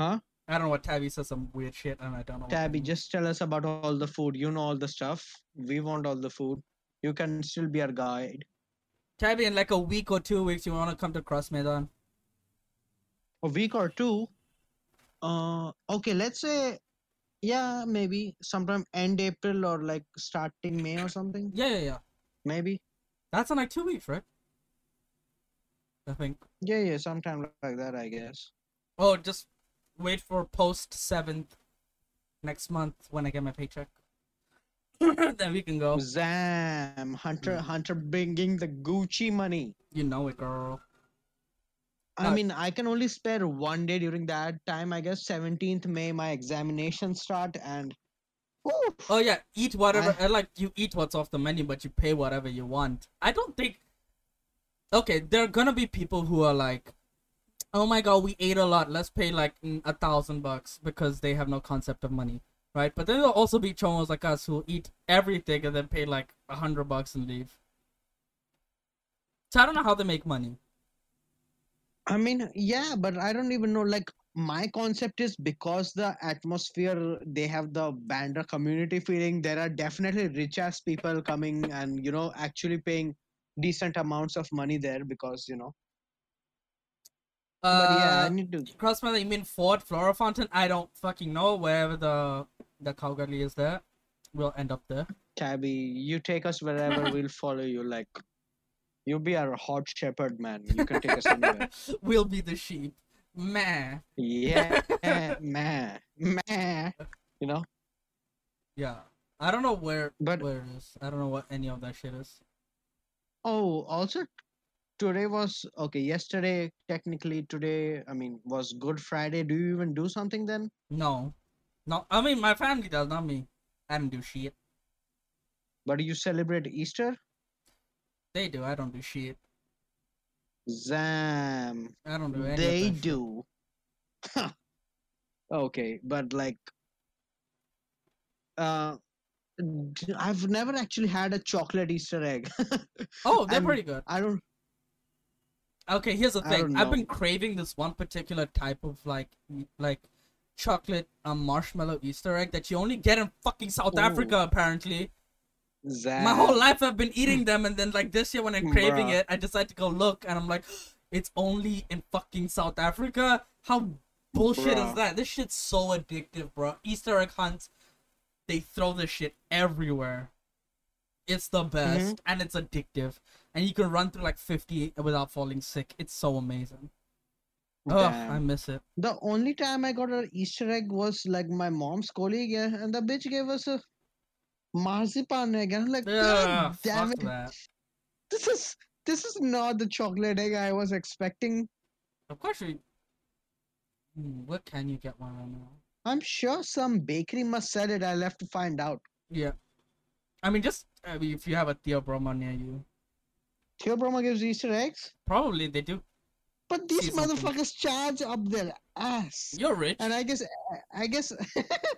B: Huh?
A: I don't know what tabby says some weird shit and I don't know. what that
B: Tabby,
A: means.
B: just tell us about all the food. You know all the stuff. We want all the food. You can still be our guide.
A: tabby in like a week or two weeks you wanna come to Cross Medan.
B: A week or two. Uh okay, let's say yeah, maybe sometime end April or like starting May or something.
A: Yeah yeah yeah.
B: Maybe.
A: That's in like two weeks, right? I think.
B: Yeah, yeah, sometime like that, I guess.
A: Oh, just wait for post seventh next month when I get my paycheck. [COUGHS] then we can go.
B: Zam, Hunter,
A: Mm.
B: Hunter bringing the Gucci money.
A: You know it, girl.
B: I
A: Uh,
B: mean, I can only spare one day during that time. I guess 17th May, my examination start, and Woo!
A: Oh yeah, eat whatever. I... Like you eat what's off the menu, but you pay whatever you want. I don't think. Okay, there are gonna be people who are like, "Oh my god, we ate a lot. Let's pay like mm, a thousand bucks because they have no concept of money, right?" But then there'll also be chomos like us who eat everything and then pay like a hundred bucks and leave. So I don't know how they make money.
B: I mean, yeah, but I don't even know. Like, my concept is because the atmosphere they have the Bandra community feeling, there are definitely rich ass people coming and you know, actually paying decent amounts of money there because you know,
A: Uh,
B: but yeah, I need to
A: Crossmother, you mean Ford Flora Fountain? I don't fucking know. Wherever the the Calgary is, there, we'll end up there. [LAUGHS]
B: Tabby, you take us wherever we'll follow you. Like, you be our hot shepherd, man. You can take us anywhere.
A: we'll be the sheep. Meh.
B: Yeah, man, man. You know,
A: Yeah. I don't know where
B: but
A: where it is. I don't know what any of that shit is.
B: oh, also today was okay. Yesterday, technically, today, I mean, was Good Friday. Do you even do something then?
A: No. No. I mean my family does, not me. I don't do shit.
B: But you celebrate Easter?
A: They do, I don't do shit.
B: Zam,
A: I don't do any
B: they
A: of that shit.
B: do. [LAUGHS] Huh. okay, but like, uh, d- I've never actually had a chocolate Easter egg. [LAUGHS]
A: Oh, they're
B: I'm-
A: pretty good.
B: I don't.
A: Okay, here's the
B: I
A: thing.
B: don't
A: I've been craving this one particular type of like m- like chocolate um, marshmallow Easter egg that you only get in fucking South
B: Ooh.
A: Africa apparently.
B: Zam.
A: My whole life I've been eating them, and then like this year when I'm craving
B: Hmm. Bruh.
A: it, I decide to go look, and I'm like, [GASPS] it's only in fucking South Africa. How bullshit is
B: Bruh.
A: that? This shit's so addictive, bro. Easter egg hunts, they throw this shit everywhere. It's the best,
B: Mm-hmm.
A: and it's addictive, and you can run through like 50 without falling sick. It's so amazing. Ugh, I
B: Damn.
A: miss it.
B: [LAUGHS] The only time I got an Easter egg was like my mom's colleague, yeah, and the bitch gave us a marzipan egg. And I'm like,
A: Ugh,
B: God damn
A: fuck
B: it.
A: that.
B: This is this is not the chocolate egg I was expecting.
A: Of course, we. Hmm, What can you get one right now?
B: I'm sure some bakery must sell it. I'll have to find out.
A: Yeah. I mean, just I mean, if you have a Theo Broma near you,
B: Theo Brahma gives Easter eggs,
A: probably they do.
B: but these
A: Season thing.
B: motherfuckers charge up their ass.
A: You're rich.
B: And I guess I guess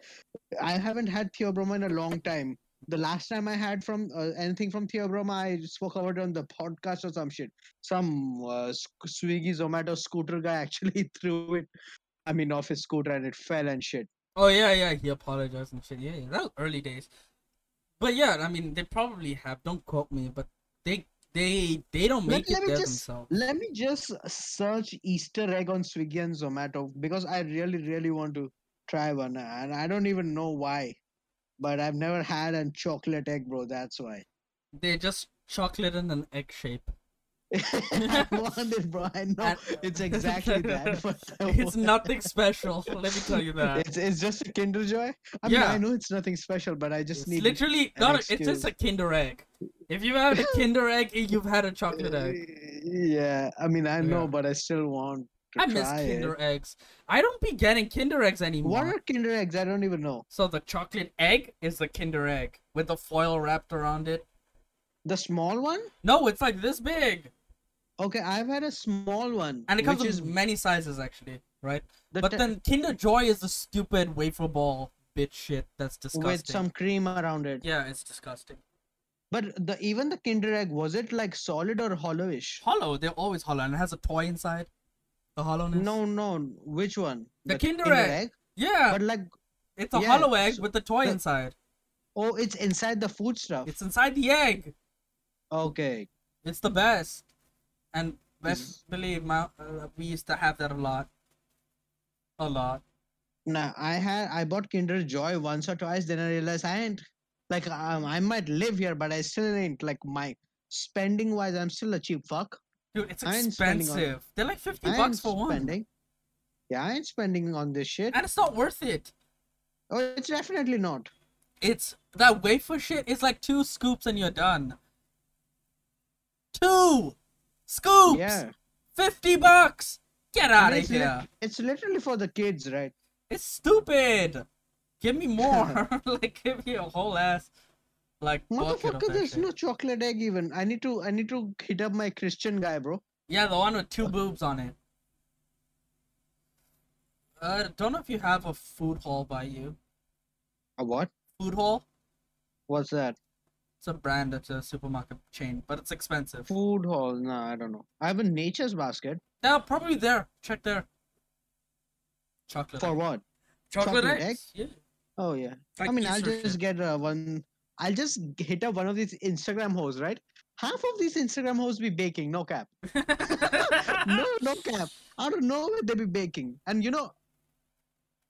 B: [LAUGHS] I haven't had Theobroma in a long time. The last time I had from uh, anything from Theobroma, I spoke about it on the podcast or some shit. Some uh, Sw- Swiggy Zomato scooter guy [LAUGHS] actually threw it. I mean, off his scooter and it fell and shit.
A: Oh yeah, yeah. He apologized and shit. Yeah, yeah. That was early days. But yeah, I mean, they probably have. Don't quote me, but they they they don't
B: Let-
A: make
B: let
A: it
B: me
A: there
B: just-
A: themselves.
B: Let me just search Easter egg on Swiggy and Zomato because I really, really want to try one, and I don't even know why. But I've never had a chocolate egg, bro. That's why.
A: They're just chocolate in an egg
B: [LAUGHS]
A: shape. [LAUGHS]
B: I want it, bro. I know
A: And- [LAUGHS]
B: it's exactly that. But I
A: It's
B: want-
A: nothing special. [LAUGHS] Let me tell you that.
B: [LAUGHS] It's, it's just a Kinder Joy. I mean,
A: Yeah.
B: I know it's nothing special, but I just
A: It's
B: need.
A: literally
B: an
A: not. A, it's just a Kinder egg. If you've had
B: [LAUGHS]
A: a Kinder egg, you've had a chocolate egg.
B: Yeah, I mean, I know,
A: Yeah.
B: but I still want to
A: I miss
B: try
A: Kinder
B: it.
A: eggs. I don't be getting Kinder eggs anymore.
B: What are Kinder eggs? I don't even know.
A: So the chocolate egg is the Kinder egg with the foil wrapped around it.
B: The small one?
A: No, it's like this big,
B: Okay, I've had a small one,
A: and it comes
B: which
A: in
B: is
A: many sizes actually. right?
B: The
A: but
B: te-
A: then Kinder Joy is the stupid wafer ball bitch shit that's disgusting.
B: with some cream around it.
A: Yeah, it's disgusting.
B: But the even the Kinder Egg was it like solid or hollowish?
A: Hollow, they're always hollow, and it has a toy inside. The hollowness.
B: No, no. Which one?
A: The Kinder Egg. Yeah,
B: But like,
A: it's a
B: yeah,
A: hollow egg
B: so
A: with a toy
B: the-
A: inside.
B: oh, it's inside the food stuff.
A: It's inside the egg.
B: Okay.
A: It's the best. And best
B: Is-
A: believe my, uh, we used to have that a lot. A lot.
B: Now I had I bought Kinder Joy once or twice. Then I realized I ain't like um, I might live here, but I still ain't like my spending wise. I'm still a cheap fuck.
A: Dude, it's
B: I ain't spending on-
A: expensive. They're like 50
B: I
A: bucks
B: ain't
A: for one.
B: spending. Yeah, I ain't spending on this shit.
A: And it's not worth it.
B: Oh, it's definitely not.
A: It's that wafer shit is like two scoops and you're done. Two scoops!
B: Yeah,
A: 50 bucks! Get out
B: And
A: of
B: it's lit-
A: here!
B: it's literally for the kids, right?
A: It's stupid! Give me
B: [LAUGHS]
A: more! [LAUGHS] like, give me a whole ass, like, bucket of
B: Motherfucker,
A: that
B: there's
A: shit.
B: no chocolate egg even. I need to I need to hit up my Christian guy, bro.
A: Yeah, the one with two boobs on it. Uh, don't know if you have a food hall by you.
B: A what?
A: Food hall?
B: What's that?
A: It's a brand that's a supermarket chain, but it's expensive.
B: Food hall? Nah, I don't know. I have a nature's basket.
A: Yeah, probably there. Check there. Chocolate.
B: For
A: egg.
B: what?
A: chocolate,
B: chocolate
A: eggs? Yeah.
B: Oh yeah.
A: Like
B: I mean, I'll
A: Easter
B: just
A: shit.
B: get uh, one. I'll just g- hit up one of these Instagram hoes, right? Half of these Instagram hoes be baking, no cap.
A: [LAUGHS]
B: No, no cap. Out of nowhere, they be baking. And you know,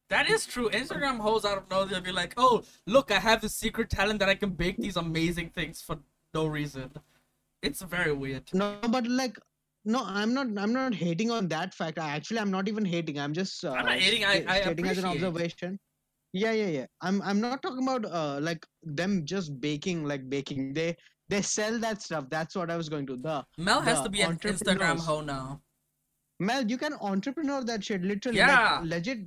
A: that is true. Instagram hoes out of nowhere they'll be like, "Oh, look, I have this secret talent that I can bake these amazing things for no reason." It's very weird.
B: no, but like, no, I'm not. I'm not hating on that fact. I actually, I'm not even hating. I'm just. Uh,
A: not hating, I-
B: sta-
A: I
B: stating as an
A: appreciate.
B: observation. Yeah, yeah, yeah. I'm. I'm not talking about uh like them just baking, like baking. They they sell that stuff. That's what I was going to. The
A: Mel has
B: The
A: to be an Instagram
B: entrepreneurs.
A: hoe now.
B: Mel, you can entrepreneur that shit. Literally,
A: Yeah.
B: like, legit.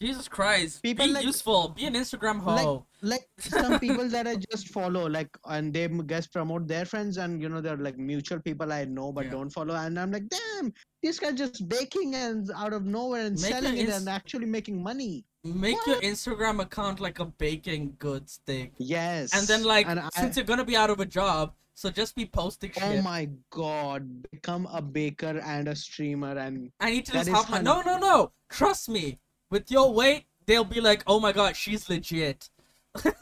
A: Jesus Christ.
B: People
A: be
B: like-
A: useful. Be an Instagram hoe.
B: Like some people that I just follow, like, and they m- guess promote their friends, and you know they're like mutual people I know but
A: Yeah.
B: don't follow, and I'm like, damn, these guys just baking and out of nowhere and
A: Make your
B: selling it
A: ins-
B: and actually making money.
A: Make your Instagram account like a baking goods thing.
B: Yes.
A: And then like
B: and I-
A: since you're gonna be out of a job, so just be posting shit.
B: oh my god, become a baker and a streamer and
A: I need to
B: That
A: just
B: is
A: hop my
B: fun.
A: no no no. Trust me. With your weight, they'll be like, oh my god, she's legit. [LAUGHS] you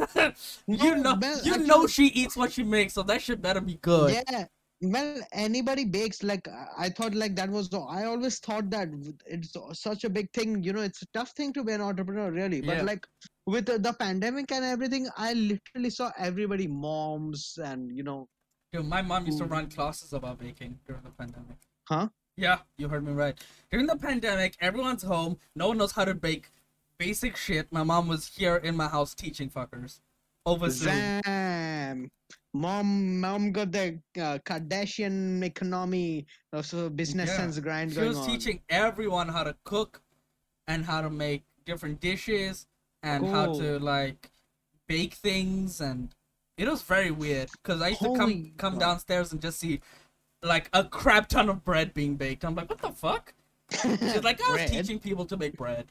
B: No,
A: know
B: Mel,
A: you know
B: actually-
A: she eats what she makes, so that shit better be good.
B: yeah. Well, anybody bakes like I- I thought like that was the- I always thought that w- it's o- such a big thing. You know, it's a tough thing to be an entrepreneur, really. But
A: Yeah.
B: like with the- the pandemic and everything, I literally saw everybody, moms and you know,
A: Dude, my mom used to
B: Ooh.
A: run classes about baking during the pandemic.
B: Huh?
A: Yeah, you heard me right. During the pandemic, everyone's home. No one knows how to bake basic shit. My mom was here in my house teaching fuckers over Zoom.
B: Zam. Mom, mom got the uh, Kardashian economy, also business
A: Yeah.
B: sense grind
A: She
B: going
A: was
B: on. [LAUGHS]
A: teaching everyone how to cook and how to make different dishes and how to
B: Cool.
A: like bake things and it was very weird because I used to come
B: Holy
A: come
B: God.
A: downstairs and just see like a crap ton of bread being baked. I'm like, what the fuck? She's
B: [LAUGHS]
A: like, I was
B: Bread?
A: teaching people to make bread.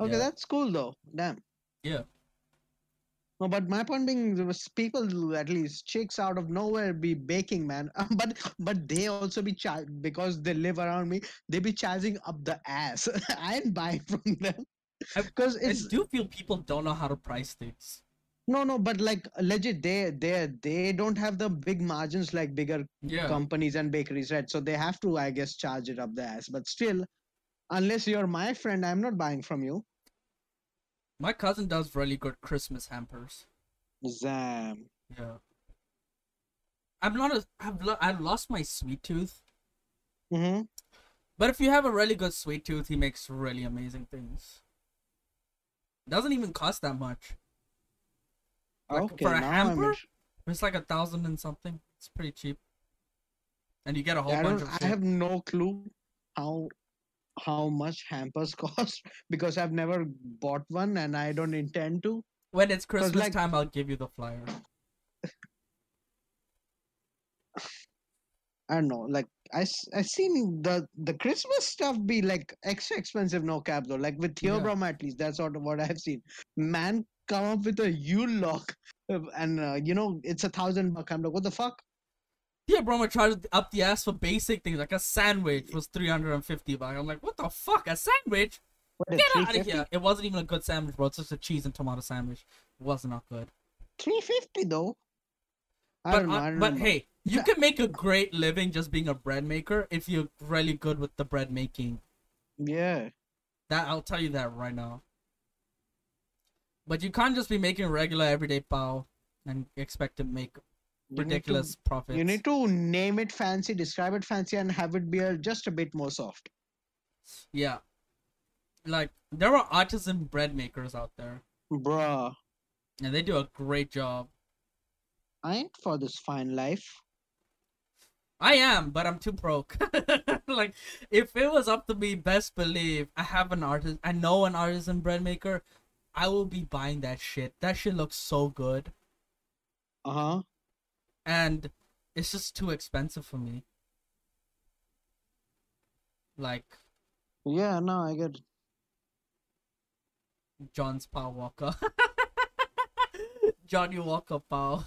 B: Okay,
A: Yeah.
B: that's cool though. Damn.
A: Yeah.
B: No, but my point being, there was people who at least chicks out of nowhere be baking, man. [LAUGHS] But but they also be char- because they live around me. They be charging up the ass. [LAUGHS] I ain't buying from them
A: I-
B: because it's
A: I do feel people don't know how to price things.
B: no no. But like legit, they they they don't have the big margins like bigger
A: Yeah.
B: companies and bakeries, right? So they have to, I guess, charge it up the ass. But still, unless you're my friend, I'm not buying from you.
A: My cousin does really good Christmas hampers.
B: Zam.
A: Yeah. I'm not a. I've lo- I lost my sweet tooth.
B: Mm-hmm.
A: But if you have a really good sweet tooth, he makes really amazing things. Doesn't even cost that much. Like,
B: okay.
A: for a
B: now I'm.
A: hamper,
B: int-
A: it's like a thousand and something. It's pretty cheap. And you get a whole
B: I
A: bunch
B: don't.
A: of shit.
B: I have no clue how how much hampers [LAUGHS] cost because I've never bought one and I don't intend to.
A: When it's Christmas
B: like-
A: time, I'll give you the flyer.
B: I don't know. Like I s- I seen the the Christmas stuff be like extra expensive no cap though. Like with Theo
A: Yeah.
B: Brahma at least that's what what I've seen. Man come up with a Yule lock [LAUGHS] uh, and uh, you know it's a thousand buck. I'm like what the fuck?
A: Yeah, bro, I'm charged up the ass for basic things like a sandwich was 350 bucks. I'm like, what the fuck, a sandwich?
B: What, a
A: Get out of
B: 350?
A: here! It wasn't even a good sandwich, bro. It's just a cheese and tomato sandwich. It was not good.
B: 350 though. I
A: but
B: don't know.
A: uh,
B: I don't
A: but
B: know.
A: hey,
B: [LAUGHS]
A: you can make a great living just being a bread maker if you're really good with the bread making.
B: yeah,
A: That I'll tell you that right now. But you can't just be making regular everyday pao and expect to make
B: You need to-
A: ridiculous profits.
B: You need to name it fancy, describe it fancy, and have it be a, just a bit more soft.
A: Yeah. Like there are artisan bread makers out there,
B: Bruh,
A: and they do a great job.
B: I ain't for this fine life.
A: I am, but I'm too broke. [LAUGHS] like, if it was up to me, best believe I have an artist. I know an artisan bread maker. I will be buying that shit. That shit looks so good,
B: Uh huh.
A: and it's just too expensive for me. Like
B: Yeah, no, I get it.
A: John's Paw Walker, [LAUGHS] Johnny Walker Paw.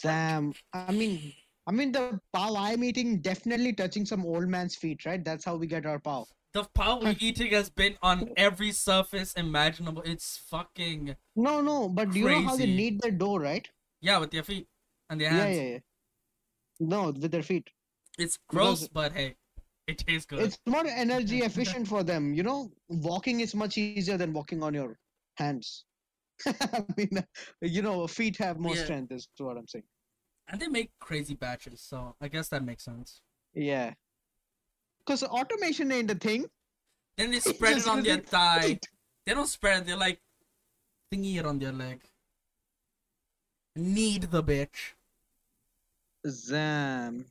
B: Damn. I mean, I mean, the pow I'm eating definitely touching some old man's feet, right? That's how we get our pow.
A: [LAUGHS] The pow
B: [LAUGHS]
A: we're eating has been on every surface imaginable. It's fucking
B: No, no, but do you know how they
A: Crazy.
B: knead their dough, right?
A: yeah with their feet and their
B: Yeah,
A: hands.
B: yeah, yeah. No, with their feet.
A: It's gross,
B: Because-
A: but hey, it tastes good.
B: It's more energy efficient for them. You know, walking is much easier than walking on your hands. [LAUGHS] I mean, you know, feet have more
A: Yeah.
B: strength, is what I'm saying.
A: And they make crazy batches, so I guess that makes sense.
B: Yeah. Because automation ain't a thing.
A: Then they spread it
B: just
A: on their
B: using
A: thigh.
B: feet.
A: They don't spread it, they're like thingy it on their leg. Need the bitch.
B: Zam.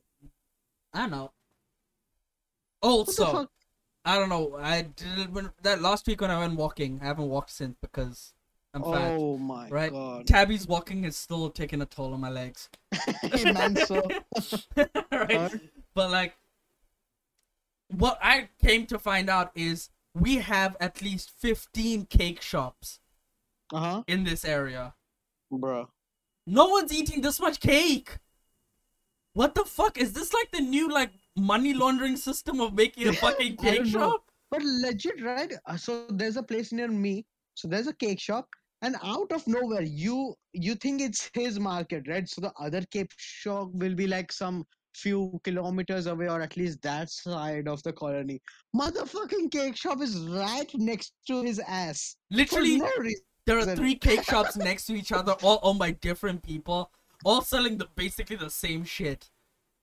A: I don't know.
B: What
A: Also,
B: the fuck?
A: I don't know. I did when that last week when I went walking. I haven't walked since because I'm fat.
B: Oh my
A: right?
B: god. [LAUGHS]
A: Tabby's walking is still taking a toll on my legs.
B: Hey, man,
A: [LAUGHS]
B: so
A: right? But like, what I came to find out is we have at least 15 cake shops
B: Uh huh.
A: in this area.
B: Bro.
A: No one's eating this much cake. What the fuck is this? Like the new like money laundering system of making
B: [LAUGHS]
A: a fucking
B: I
A: cake
B: don't know.
A: shop?
B: But legit, right? Uh, So there's a place near me. So there's a cake shop, and out of nowhere, you you think it's his market, right? So the other cake shop will be like some few kilometers away, or at least that side of the colony. Motherfucking cake shop is right next to his ass. For
A: Literally,
B: no reason.
A: there are
B: reason.
A: three cake shops next to each other, all owned by different people, all selling the basically the same shit.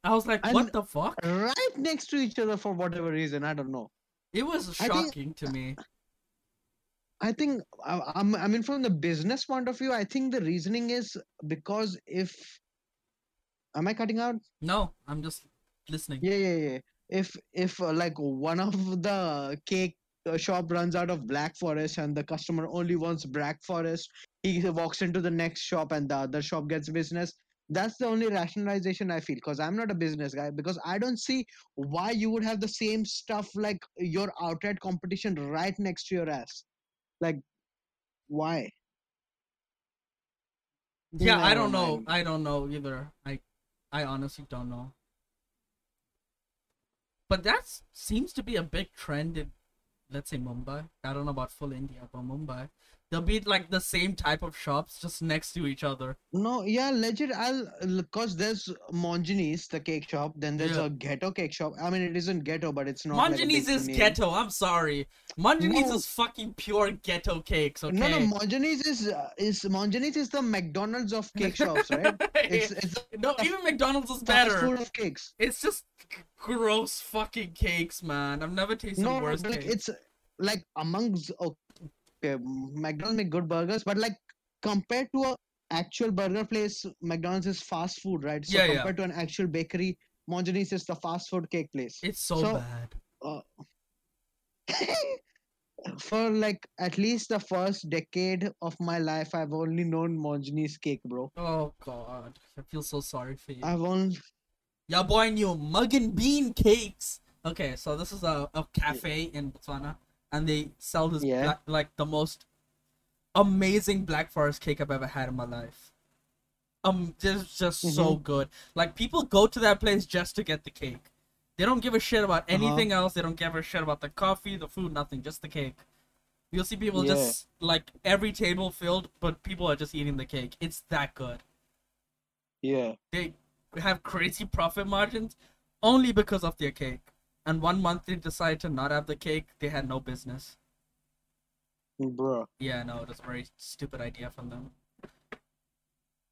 A: I was like, what
B: And-
A: the fuck?
B: Right next to each other for whatever reason. I don't know.
A: It was
B: I think-
A: shocking to me.
B: I think I, I'm, I mean, from the business point of view, I think the reasoning is because if am I cutting out?
A: No, I'm just listening.
B: Yeah, yeah, yeah. If if uh, like one of the cake uh, shop runs out of black forest and the customer only wants black forest, he walks into the next shop and the other shop gets business. That's the only rationalization I feel because I'm not a business guy. Because I don't see why you would have the same stuff like your outright competition right next to your ass. Like, why?
A: Yeah, I
B: Never
A: don't know.
B: mind.
A: I don't know either. I I honestly don't know. But that seems to be a big trend in let's say Mumbai. I don't know about full India, but Mumbai. They'll be like the same type of shops just next to each other.
B: No, yeah, legit. I'll because there's Monjini's, the cake shop. Then there's
A: Yeah.
B: a ghetto cake shop. I mean, it isn't ghetto, but it's not. like a
A: Manjani's
B: big
A: is
B: name.
A: ghetto, I'm sorry. Manjani's
B: No.
A: is fucking pure ghetto cakes, okay?
B: No, no,
A: [LAUGHS]
B: Monjini's is uh, is Monjini's is the McDonald's of cake shops, right? It's it's the
A: no, even McDonald's is
B: fast
A: better.
B: food of cakes.
A: It's just g- gross fucking cakes, man. I've never tasted
B: No,
A: worse
B: like
A: cakes.
B: it's like amongst okay, McDonald's make good burgers, but like compared to a actual burger place, McDonald's is fast food, right? So
A: Yeah, yeah.
B: compared to an actual bakery, Monjini's is the fast food cake place.
A: It's so,
B: so-
A: bad.
B: for like at least the first decade of my life, I've only known Monjini's cake, bro.
A: Oh god, I feel so sorry for you.
B: I've only
A: Your boy knew mug and bean cakes. Okay, so this is a, a cafe in Botswana, and they sell this
B: Yeah.
A: black, like the most amazing black forest cake I've ever had in my life. Um, just just so
B: Mm-hmm.
A: good. Like people go to that place just to get the cake. They don't give a shit about
B: Uh-huh.
A: anything else. They don't give a shit about the coffee, the food, nothing. Just the cake. You'll see people
B: Yeah.
A: just like every table filled, but people are just eating the cake. It's that good.
B: Yeah.
A: They have crazy profit margins only because of their cake. And one month they decided to not have the cake. They had no business.
B: Bro.
A: Yeah, no, that's a very stupid idea from them.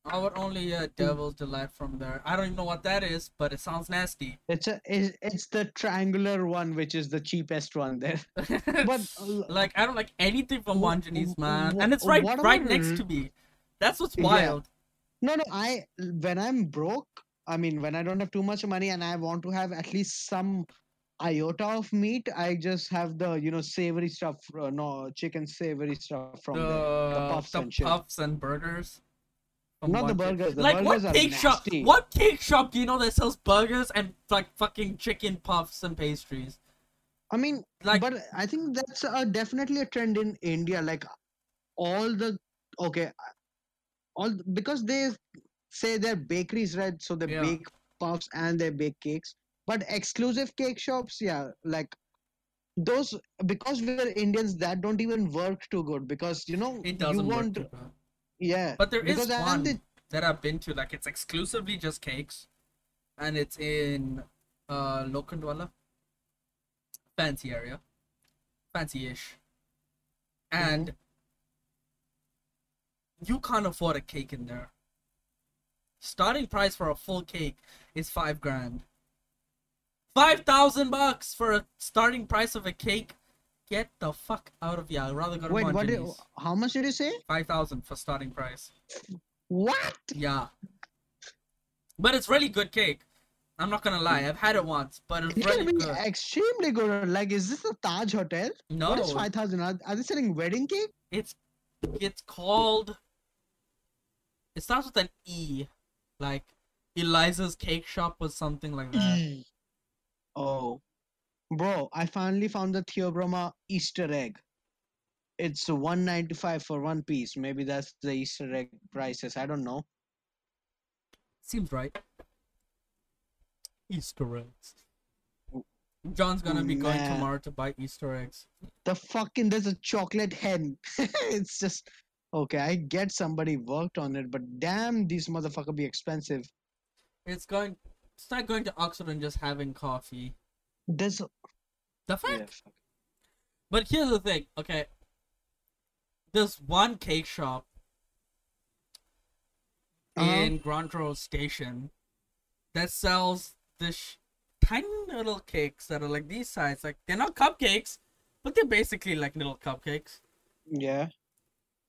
A: I would only uh, Devil's Delight from there. I don't even know what that is, but it sounds nasty.
B: It's a it's, it's the triangular one which is the cheapest one there. [LAUGHS] [LAUGHS] But uh,
A: [LAUGHS] Like I don't like anything from
B: Wh-
A: Wanjani's
B: wh-
A: man,
B: wh-
A: and it's right
B: what
A: right
B: about
A: next
B: r-
A: to me. That's what's
B: Yeah.
A: wild.
B: no no I when I'm broke, I mean when I don't have too much money and I want to have at least some iota of meat, I just have the you know savory stuff uh, no chicken savory stuff from there.
A: the,
B: puffs
A: the
B: and shit.
A: puffs and burgers. from
B: Not the
A: Wanji.
B: burgers. The
A: like
B: burgers
A: what
B: are
A: cake shop?
B: nasty.
A: What cake shop do you know that sells burgers and like fucking chicken puffs and pastries?
B: I mean
A: Like
B: but I think that's a, definitely a trend in India. Like all the okay, all th- because they say they're bakeries, right? So they
A: Yeah.
B: bake puffs and they bake cakes. But exclusive cake shops, yeah, like those because we're Indians, that don't even work too good because you know
A: it doesn't
B: you
A: work.
B: want
A: too well.
B: yeah.
A: But there is
B: because and
A: one
B: they-
A: that I've been to. Like it's exclusively just cakes, and it's in uh Lokhandwala, fancy area, fancy-ish, and you can't afford a cake in there. Starting price for a full cake is five grand. Five thousand bucks for a starting price of a cake. Get the fuck out of here. I'd rather go to
B: Wait, what? Did,
A: Manjani's.
B: how much did you say?
A: Five thousand for starting price.
B: What?
A: Yeah. But it's really good cake. I'm not gonna lie. I've had it once, but it's
B: It can
A: really
B: be
A: good.
B: extremely good. Like, is this a Taj Hotel? What is
A: No,
B: five thousand? Are, are they selling wedding cake?
A: it's it's called. It starts with an E, like Eliza's Cake Shop or something like that.
B: Mm. Oh, bro! I finally found the Theobroma Easter egg. It's one ninety five for one piece. Maybe that's the Easter egg prices. I don't know.
A: Seems right. Easter eggs. John's gonna be going
B: Nah.
A: tomorrow to buy Easter eggs.
B: The fucking there's a chocolate hen. [LAUGHS] it's just okay. I get somebody worked on it, but damn, these motherfucker be expensive.
A: It's going. It's not going to Oxford and just having coffee.
B: There's a-
A: The fact
B: yeah, fuck.
A: But here's the thing, okay. There's one cake shop
B: Uh-huh.
A: in Grand Road Station that sells this sh- tiny little cakes that are like these size. Like they're not cupcakes, but they're basically like little cupcakes.
B: yeah,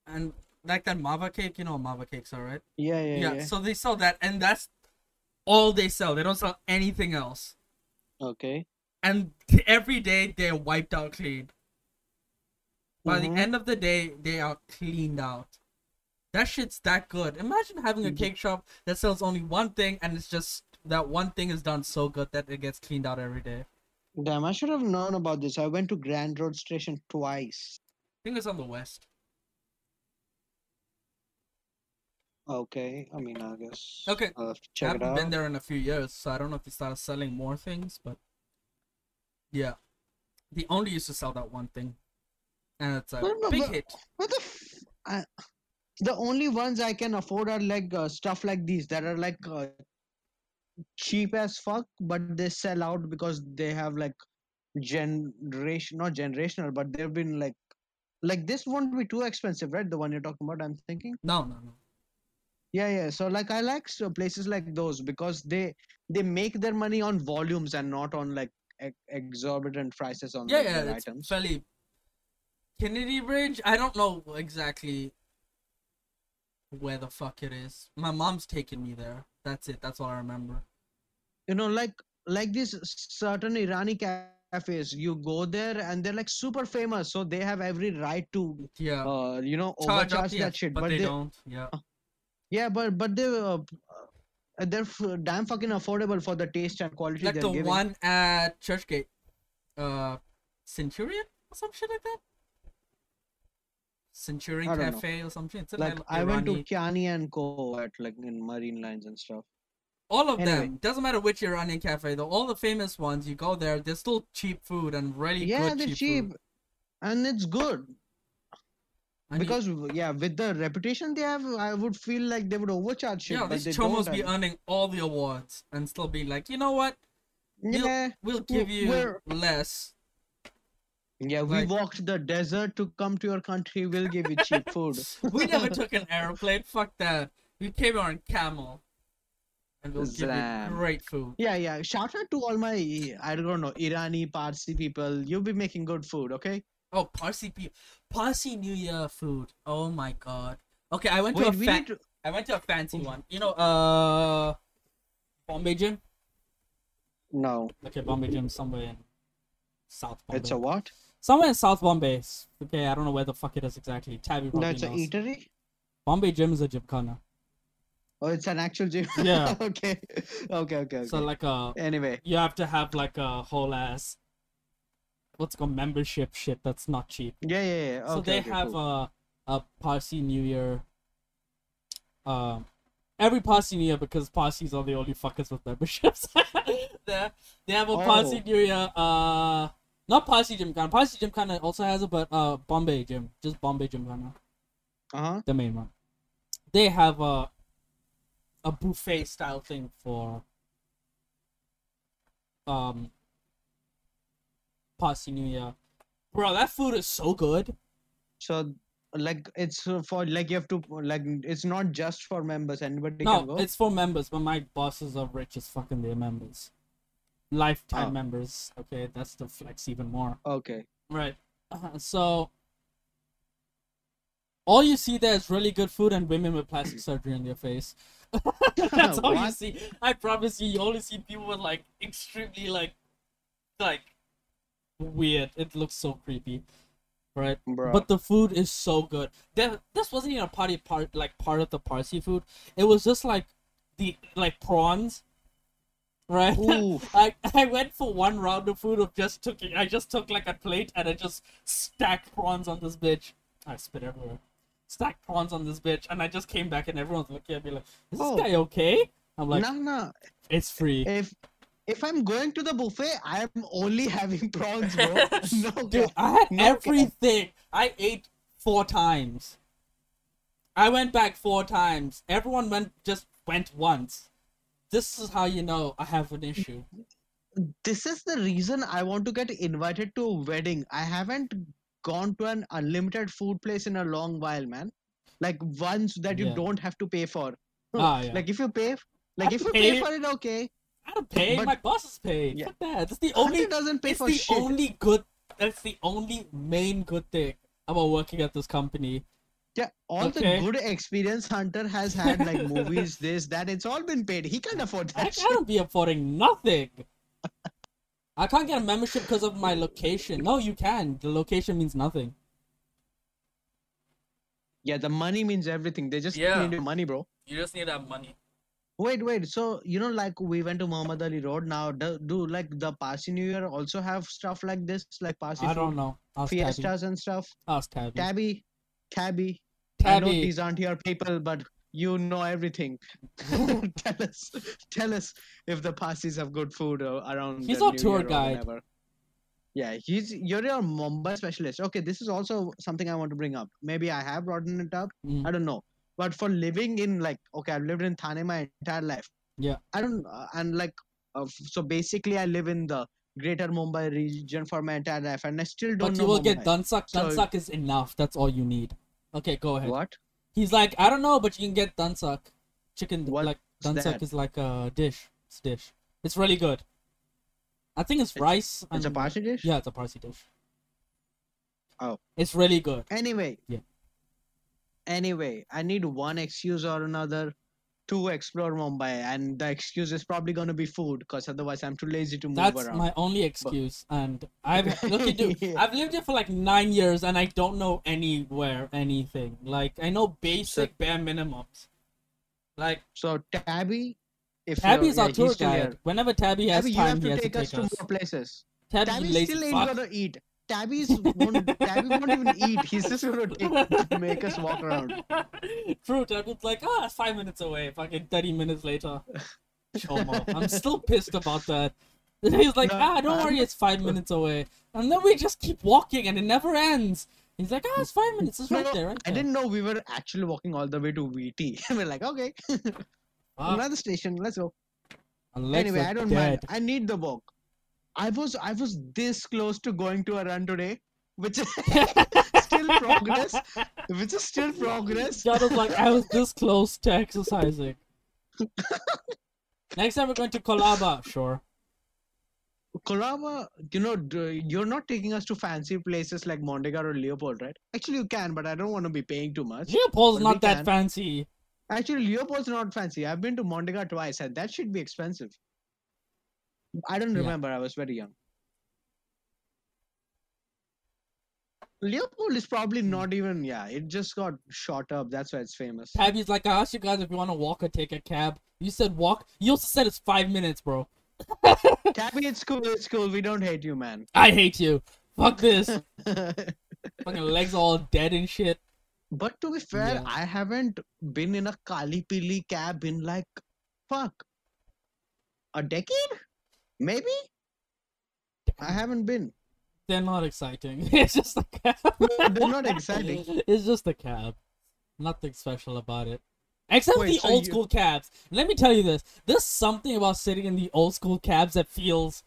A: And like that mava cake, you know what mava cakes are, right?
B: yeah, yeah, yeah.
A: So they sell that, and that's all they sell. They don't sell anything else.
B: Okay.
A: And every day they're wiped out clean. By
B: Mhm.
A: the end of the day, they are cleaned out. That shit's that good. Imagine having a
B: Mhm.
A: cake shop that sells only one thing and it's just that one thing is done so good that it gets cleaned out every day. I
B: Damn, I should have known about this. I went to Grand Road Station twice.
A: think it's on the west.
B: Okay, I mean, I guess.
A: Okay,
B: I'll have to
A: I
B: check it
A: haven't been
B: out.
A: there in a few years, so I don't know if they started selling more things, but yeah. They only used to sell that one thing. And it's a
B: No, no,
A: big
B: but-
A: hit.
B: What the? F- I, the only ones I can afford are like uh, stuff like these that are like uh, cheap as fuck, but they sell out because they have like generation, not generational, but they've been like, like this won't be too expensive, right? The one you're talking about, I'm thinking.
A: No, no, no.
B: Yeah, yeah. So like I like so places like those because they they make their money on volumes and not on like ex- exorbitant prices on
A: Yeah,
B: like,
A: yeah,
B: their
A: it's
B: items.
A: fairly. Kennedy Bridge. I don't know exactly where the fuck it is. My mom's taking me there. That's it. That's all I remember.
B: you know like like these certain irani ca- cafes you go there and they're like super famous so they have every right to
A: Yeah.
B: uh you know
A: Charge up,
B: overcharge
A: yeah,
B: that shit
A: but, they, don't. Yeah.
B: yeah but but they uh, uh, they're f- damn fucking affordable for the taste and quality
A: like
B: they're
A: the
B: giving.
A: one at Churchgate, uh, Centurion or some shit like that. Centurion
B: I don't know.
A: Cafe or something. It's an
B: like
A: Al-
B: I went to
A: Irani-
B: Kiani and Co at like in Marine Lines and stuff.
A: all of
B: anyway.
A: them. Doesn't matter which Iranian cafe though. All the famous ones. You go there, there's still cheap food and really
B: yeah,
A: good
B: they're
A: cheap.
B: cheap,
A: food.
B: and it's good
A: And you-
B: because w- yeah, with the reputation they have, I would feel like they would overcharge shit.
A: yeah,
B: but
A: these
B: they
A: chomos
B: don't,
A: be
B: and-
A: earning all the awards and still be like, you know what? We'll,
B: yeah,
A: we'll
B: w-
A: give you
B: we're- [LAUGHS]
A: less.
B: yeah. We
A: like-
B: walked the desert to come to your country. We'll give you cheap food. [LAUGHS]
A: We never took an airplane. Fuck that. We came on camel, and we'll give
B: Zam.
A: you great food.
B: Yeah, yeah. Shout out to all my I don't know Irani Parsi people. You'll be making good food, okay?
A: Oh, Parsi people, Parsi New Year food. Oh my god. Okay, I went to a
B: Wait, we
A: fa-
B: need to- Oh.
A: I went to a fancy one. You know, uh, Bombay Gym.
B: No,
A: Okay, Bombay Gym somewhere in South Bombay.
B: it's a what?
A: somewhere in South Bombay. Okay, I don't know where the fuck it is exactly. Tabby
B: No,
A: probably
B: it's an
A: knows.
B: eatery.
A: Bombay Gym is a gymkhana.
B: Oh, it's an actual gym.
A: Yeah.
B: [LAUGHS] okay. Okay. Okay. okay.
A: So like a
B: anyway,
A: you have to have like a whole ass what's it called membership shit that's not cheap.
B: yeah, yeah, yeah. Okay,
A: so they
B: okay,
A: have uh,
B: cool.
A: a a Parsi New Year. Um, every Parsi New Year because Parsis are the only fuckers with memberships. [LAUGHS] there, they have a Parsi
B: Oh.
A: New Year. Uh, not Parsi Gymkhana. Parsi Gymkhana also has it, but uh, Bombay Gym, just Bombay Gymkhana,
B: uh-huh.
A: the main one. They have a a buffet style thing for um Parsi New Year. Bro, that food is so good.
B: So like it's uh, for like you have to like it's not just for members. Anybody can
A: No,
B: go.
A: it's for members, but my bosses are rich as fucking their members. Lifetime
B: Oh.
A: members. Okay, that's the flex even more.
B: Okay.
A: Right. Uh, so all you see there is really good food and women with plastic surgery on their face. [LAUGHS] That's all you
B: What?
A: see. I promise you, you only see people with like extremely like like weird. It looks so creepy. Right?
B: Bro.
A: But the food is so good. That this wasn't even a party part like part of the Parsi food. It was just like the like prawns, right?
B: Oof.
A: I I went for one round of food of just took I just took like a plate and I just stacked prawns on this bitch. I spit everywhere. Stacked prawns on this bitch, and I just came back and everyone's looking at me like, "Is this
B: Oh.
A: guy okay?" I'm [LAUGHS] like,
B: no, no.
A: "It's free."
B: If if I'm going to the buffet, I'm only [LAUGHS] having
A: [LAUGHS]
B: prawns, bro. No,
A: Dude,
B: cap.
A: I had
B: No cap.
A: everything. I ate four times. I went back four times. Everyone went just went once. This is how you know I have an
B: [LAUGHS]
A: issue.
B: this is the reason I want to get invited to a wedding. I haven't gone to an unlimited food place in a long while, man. Like ones that you
A: Yeah.
B: don't have to pay for. [LAUGHS]
A: Ah, yeah.
B: Like if you pay, like
A: I
B: if you pay
A: paid.
B: for it, okay.
A: I don't pay.
B: But-
A: my boss is paid.
B: Yeah.
A: Fuck that. That's the
B: Only
A: only.
B: doesn't pay
A: It's
B: for
A: the
B: shit.
A: only good. That's the only main good thing about working at this company.
B: yeah, all
A: Okay.
B: the good experience Hunter has had, like movies, this, that, it's all been paid. He can't afford
A: I [LAUGHS]
B: that shit.
A: can't be affording nothing. I can't get a membership because of my location. No, you can. The location means nothing.
B: Yeah, the money means everything. They just
A: Yeah.
B: need your money, bro.
A: You just need that money.
B: Wait, wait. So you know, like we went to Muhammad Ali Road. Now, do, do like the Parsi New Year also have stuff like this, like Parsi
A: I
B: food?
A: don't know. Ask Tabby.
B: fiestas and stuff.
A: Ask Tabby.
B: Tabby, Tabby. I know
A: Tabby.
B: these aren't your people, but you know
A: [LAUGHS]
B: everything. [LAUGHS] tell us, tell us if the Parsis have good food uh, around.
A: He's
B: the
A: our
B: New
A: tour
B: Year or
A: guide.
B: whenever. Yeah, he's you're your Mumbai specialist. Okay, this is also something I want to bring up. Maybe I have brought it up.
A: Mm.
B: I don't know. But for living in like okay, I've lived in Thane my entire life.
A: Yeah.
B: I don't uh, and like uh, f- so basically I live in the greater Mumbai region for my entire life, and I still don't
A: But
B: know
A: you will get
B: Mumbai.
A: Dunsuck.
B: So-
A: Dunsuck is enough. That's all you need. Okay, go ahead.
B: What?
A: He's like, I don't know, but you can get Dunsuck. Chicken,
B: What's
A: like, Dunsuck
B: that?
A: is like a dish. It's a dish. It's really good. I think it's, rice.
B: It's a
A: and-
B: party dish.
A: Yeah, it's a Parsi dish.
B: Oh.
A: It's really good.
B: Anyway.
A: Yeah.
B: Anyway, I need one excuse or another to explore Mumbai, and the excuse is probably gonna be food, cause otherwise I'm too lazy to move
A: That's
B: around.
A: my only excuse. And
B: [LAUGHS]
A: I've look at dude,
B: Yeah.
A: I've lived here for like nine years and I don't know anywhere anything. Like I know basic bare minimums. Like
B: So Tabby, If
A: Tabby
B: you're-
A: is our
B: yeah,
A: tour
B: he's still
A: guide.
B: here.
A: Whenever Tabby has
B: Tabby, you
A: time,
B: have
A: he
B: to
A: has
B: take
A: to
B: us
A: take
B: to
A: us.
B: more places.
A: Tabby,
B: Tabby
A: lazy
B: still ain't
A: fuck.
B: gonna eat. Tabby's won't. Tabby won't even eat. He's
A: [LAUGHS]
B: just gonna take, make us walk around.
A: True, Tabby's like, ah, it's five minutes away. Fucking thirty minutes
B: [LAUGHS]
A: later. Chomo. I'm still pissed about that. And he's like,
B: No,
A: ah, don't
B: I'm-
A: worry, it's five minutes away. And then we just keep walking, and it never ends. He's like, ah, it's five minutes. It's
B: No,
A: right
B: no,
A: there, right
B: I
A: there.
B: didn't know we were actually walking all the way to [LAUGHS] VT. We're like, okay,
A: Fuck.
B: another station. Let's go.
A: Unless
B: anyway,
A: they're
B: I don't
A: Ah, dead.
B: mind. I need the walk. I was I was this close to going to a run today, which is [LAUGHS] still progress. Which is still progress.
A: John was like, I was this close to
B: [LAUGHS]
A: exercising. Next time we're going to Colaba. Sure.
B: Colaba, you know, d- you're not taking us to fancy places like Mondegar or Leopold, right? Actually, you can, but I don't want to be paying too much.
A: Leopold's
B: Well,
A: not
B: we
A: that
B: can.
A: fancy.
B: Actually, Leopold's not fancy. I've been to Mondegar twice, and that should be expensive. I don't
A: Yeah.
B: remember. I was very young. Leopold is probably
A: Hmm.
B: not even. Yeah, it just got shot up. That's why it's famous.
A: Tabby's like, I asked you guys if you want to walk or take a cab. You said walk. You also said it's five minutes, bro.
B: Tabby, it's cool. It's cool. We don't hate you, man. [LAUGHS]
A: I hate you. Fuck this. Fucking legs all dead and shit.
B: But to be fair,
A: Yeah.
B: I haven't been in a Kali Pili cab in like fuck a decade, maybe. I haven't been.
A: They're not exciting. [LAUGHS] It's just a cab.
B: They're [LAUGHS]
A: [LAUGHS]
B: not exciting.
A: It's just a cab. Nothing special about it. Except
B: Wait,
A: the
B: so
A: old
B: you-
A: school cabs. Let me tell you this. There's something about sitting in the old school cabs that feels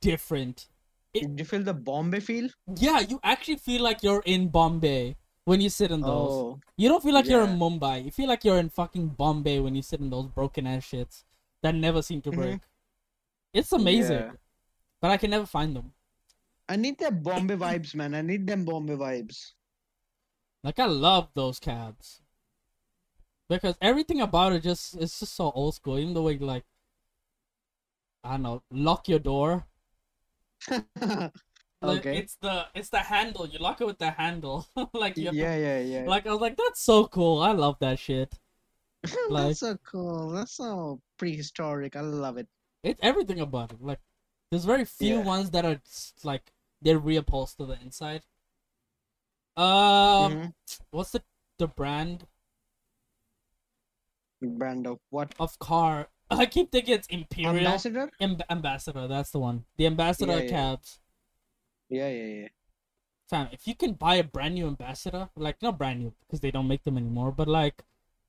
A: different.
B: Did you feel the Bombay feel?
A: Yeah, you actually feel like you're in Bombay when you sit in those.
B: Oh,
A: You don't feel like you're in
B: Yeah.
A: Mumbai. You feel like you're in fucking Bombay when you sit in those broken ass shits that never seem to
B: Mhm.
A: break. It's amazing.
B: Yeah.
A: But I can never find them.
B: I need them Bombay vibes, man. I need them
A: [LAUGHS]
B: Bombay vibes.
A: Like I love those cabs. Because everything about it just it's just so old school. Even the way like I don't know, lock your door. Like,
B: Okay.
A: It's the it's the handle. You lock it with the handle. [LAUGHS] like you
B: yeah,
A: have to-
B: yeah, yeah. [LAUGHS]
A: like I was like, that's so cool. I love that shit. like-
B: That's so cool. That's so prehistoric. I love it.
A: It's everything about it. Like there's very few
B: Yeah.
A: ones that are s- like they're reupholstered to the inside. Um
B: Mhm.
A: what's the the brand
B: Brand of Mm-hmm. what?
A: of car? [LAUGHS] I keep thinking it's Imperial.
B: Ambassador?
A: Amb- ambassador, that's the one. The ambassador
B: Yeah, yeah.
A: cabs.
B: Yeah, yeah, yeah.
A: Fam, if you can buy a brand new ambassador, like not brand new because they don't make them anymore, but like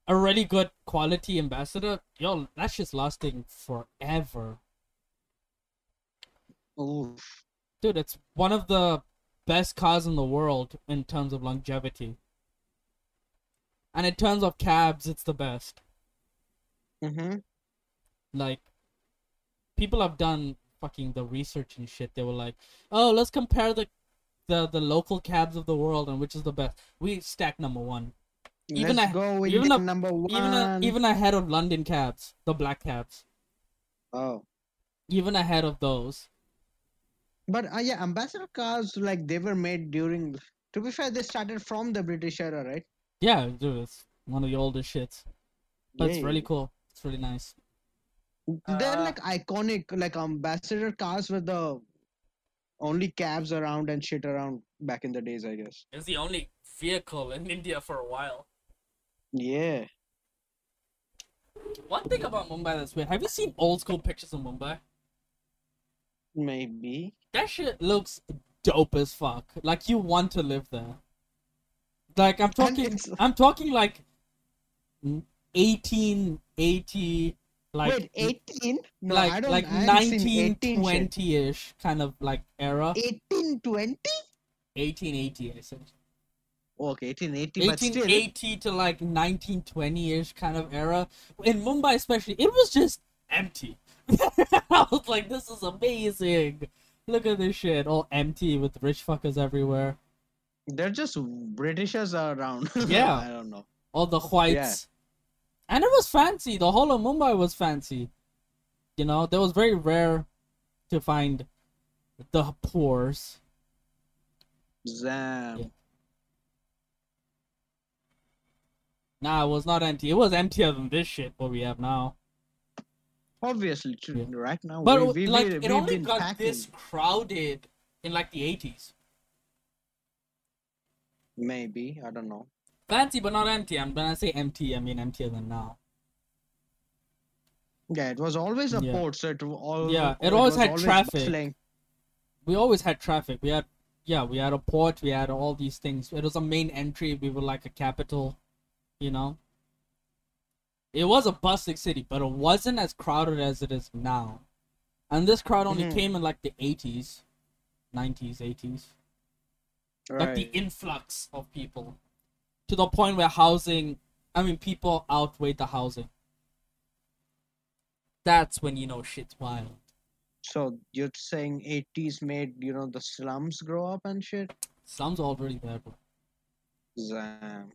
A: a really good quality ambassador, yo, that's just lasting forever,
B: Oof.
A: dude. It's one of the best cars in the world in terms of longevity, and in terms of cabs, it's the best.
B: Mm-hmm.
A: like people have done fucking the research and shit they were like oh let's compare the the, the local cabs of the world and which is the best we stack number one Even
B: Let's
A: a-
B: go with
A: even
B: the
A: a-
B: number one.
A: even a, even ahead of london cabs the black cabs
B: oh.
A: even ahead of those
B: But uh, yeah, ambassador cars like they were made during. To be fair, they started from the British era, right?
A: yeah dude it's one of the oldest shits but it's
B: Yeah,
A: really cool it's really nice
B: they're
A: Uh,
B: like iconic like ambassador cars were the only cabs around and shit around back in the days i guess
A: it's the only vehicle in india for a while
B: yeah
A: one thing about mumbai that's weird have you seen old school pictures of mumbai
B: maybe
A: that shit looks dope as fuck. Like you want to live there. Like I'm talking,
B: it's-
A: I'm talking like 1880, like
B: wait 18 no
A: like
B: i don't
A: like
B: I haven't seen 18 shit.
A: 1920-ish kind of like era.
B: 1820
A: 1880, I said.
B: okay 1880 but still
A: 1880 to like 1920-ish kind of era in Mumbai, especially. It was just empty. [LAUGHS] I was like, this is amazing. Look at this shit, all empty with rich fuckers everywhere.
B: they're just britishers around [LAUGHS]
A: Yeah.
B: i don't know
A: all the whites. And it was fancy. The whole of Mumbai was fancy. You know, there was very rare to find the poors.
B: Zam.
A: Yeah. Nah, it was not empty. It was emptier than this shit what we have now.
B: obviously tr-
A: Yeah.
B: right now
A: But
B: Oh, we, we,
A: like,
B: we,
A: it
B: we've
A: only
B: been
A: got
B: packing.
A: this crowded in like the eighties.
B: maybe i don't know
A: Fancy, but not empty. I'm gonna say empty. I mean emptier than now.
B: yeah it was always a
A: Yeah.
B: port so it, wa- all,
A: Yeah, it
B: was
A: always had traffic.
B: bustling.
A: We always had traffic. We had, yeah, we had a port. We had all these things. It was a main entry. We were like a capital, you know. It was a bustling city, but it wasn't as crowded as it is now. And this crowd only
B: Mhm.
A: came in like the eighties, nineties, eighties. like
B: right.
A: the influx of people to the point where housing i mean people outweigh the housing that's when you know shit's wild
B: so you're saying 80s made you know the slums grow up and shit
A: slums are already there bro.
B: Damn.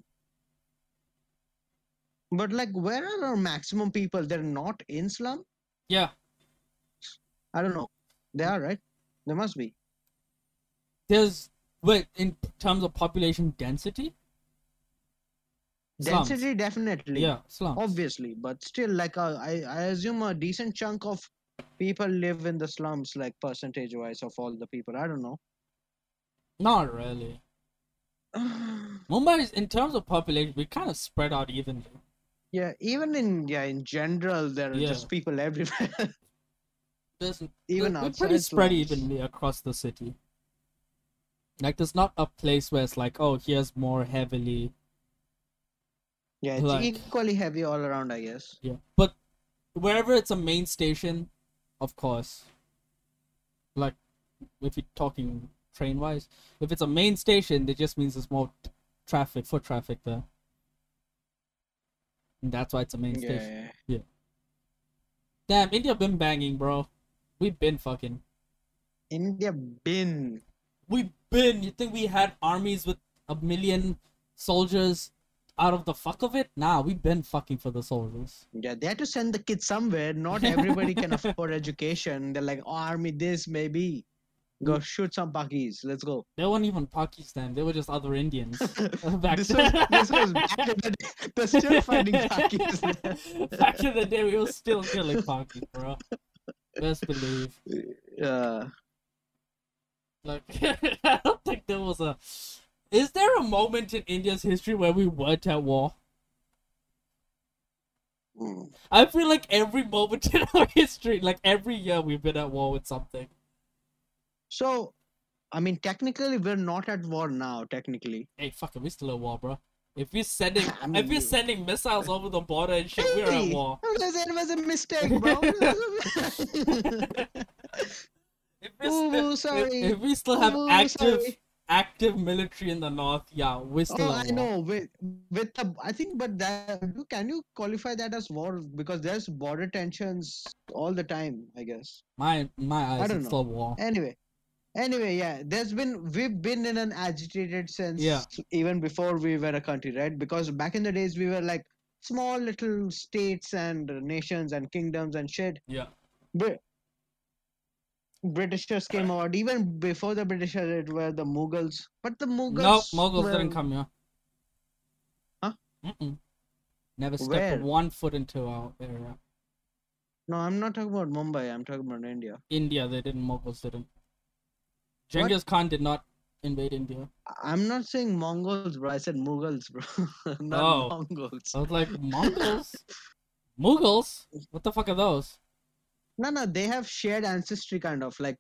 B: but like where are our maximum people they're not in slum
A: yeah
B: i don't know they are right they must be
A: there's wait in terms of population density Slums.
B: density definitely
A: yeah slums
B: obviously but still like uh, I, I assume a decent chunk of people live in the slums like percentage wise of all the people i don't know
A: not really mumbai is in terms of population we kind of spread out evenly
B: yeah even in yeah in general there are
A: Yeah.
B: just people everywhere [LAUGHS]
A: there's
B: even
A: we're, we're
B: outside
A: pretty spread
B: slums.
A: evenly across the city. Like there's not a place where it's like, oh, here's more heavily.
B: yeah it's
A: like-
B: equally heavy all around i guess
A: Yeah. But wherever it's a main station, of course. Like if you're talking train wise, if it's a main station, it just means there's more t- traffic, foot traffic there. And that's why it's a main station.
B: yeah
A: Damn, India been banging, bro. We've been fucking.
B: india bin
A: We've been. You think we had armies with a million soldiers out of the fuck of it? Nah, we've been fucking for the soldiers.
B: yeah they had to send the kids somewhere not everybody
A: [LAUGHS]
B: can afford education they're like oh, army this maybe
A: Mm.
B: go shoot some pakis let's go
A: They weren't even Pakistan. They were just other
B: [LAUGHS]
A: Indians [LAUGHS] back
B: this was
A: [LAUGHS] then.
B: this was back in the day. They're still fighting Pakis.
A: [LAUGHS]
B: [LAUGHS]
A: back in the day, we were still killing Pakis, bro. Best believe.
B: Uh,
A: Like, [LAUGHS] I don't think there was a. Is there a moment in India's history where we weren't at war? I feel like every moment in our history, like every year, we've been at war with something.
B: so, I mean, technically, we're not at war now. Technically,
A: hey, fucking, we still at war, bro. If we're sending,
B: I mean,
A: if we're
B: you-
A: sending missiles over the border and shit, we're at
B: Hey, [LAUGHS]
A: war. [LAUGHS]
B: It was a mistake, bro. [LAUGHS]
A: If we're
B: Ooh,
A: still, if-
B: sorry.
A: If, we still have
B: Ooh,
A: active,
B: sorry.
A: active military in the north, yeah, we're still
B: oh,
A: at
B: I
A: war.
B: know. With with the, I think, but that you- can you qualify that as war because there's border tensions all the time. I guess.
A: My my eyes,
B: don't
A: it's
B: know.
A: still war.
B: Anyway. Anyway, yeah, there's been we've been in an agitated sense
A: Yeah.
B: even before we were a country, right? Because back in the days we were like small little states and nations and kingdoms and shit.
A: Yeah.
B: Br- Britishers came out even before the Britishers it were the Mughals, but the Mughals
A: No, Mughals didn't
B: were-
A: come here.
B: Huh?
A: Mm-mm. Never stepped
B: Where?
A: one foot into our area.
B: No, I'm not talking about Mumbai. I'm talking about India.
A: India, they didn't. Mughals didn't. Genghis Khan did not invade India.
B: I- I'm not saying Mongols, bro. I said Mughals, bro. [LAUGHS] not
A: Oh.
B: Mongols.
A: I was
B: [LAUGHS]
A: like, Mongols? Mughals? What the fuck are those?
B: No, no, they have shared ancestry, kind of like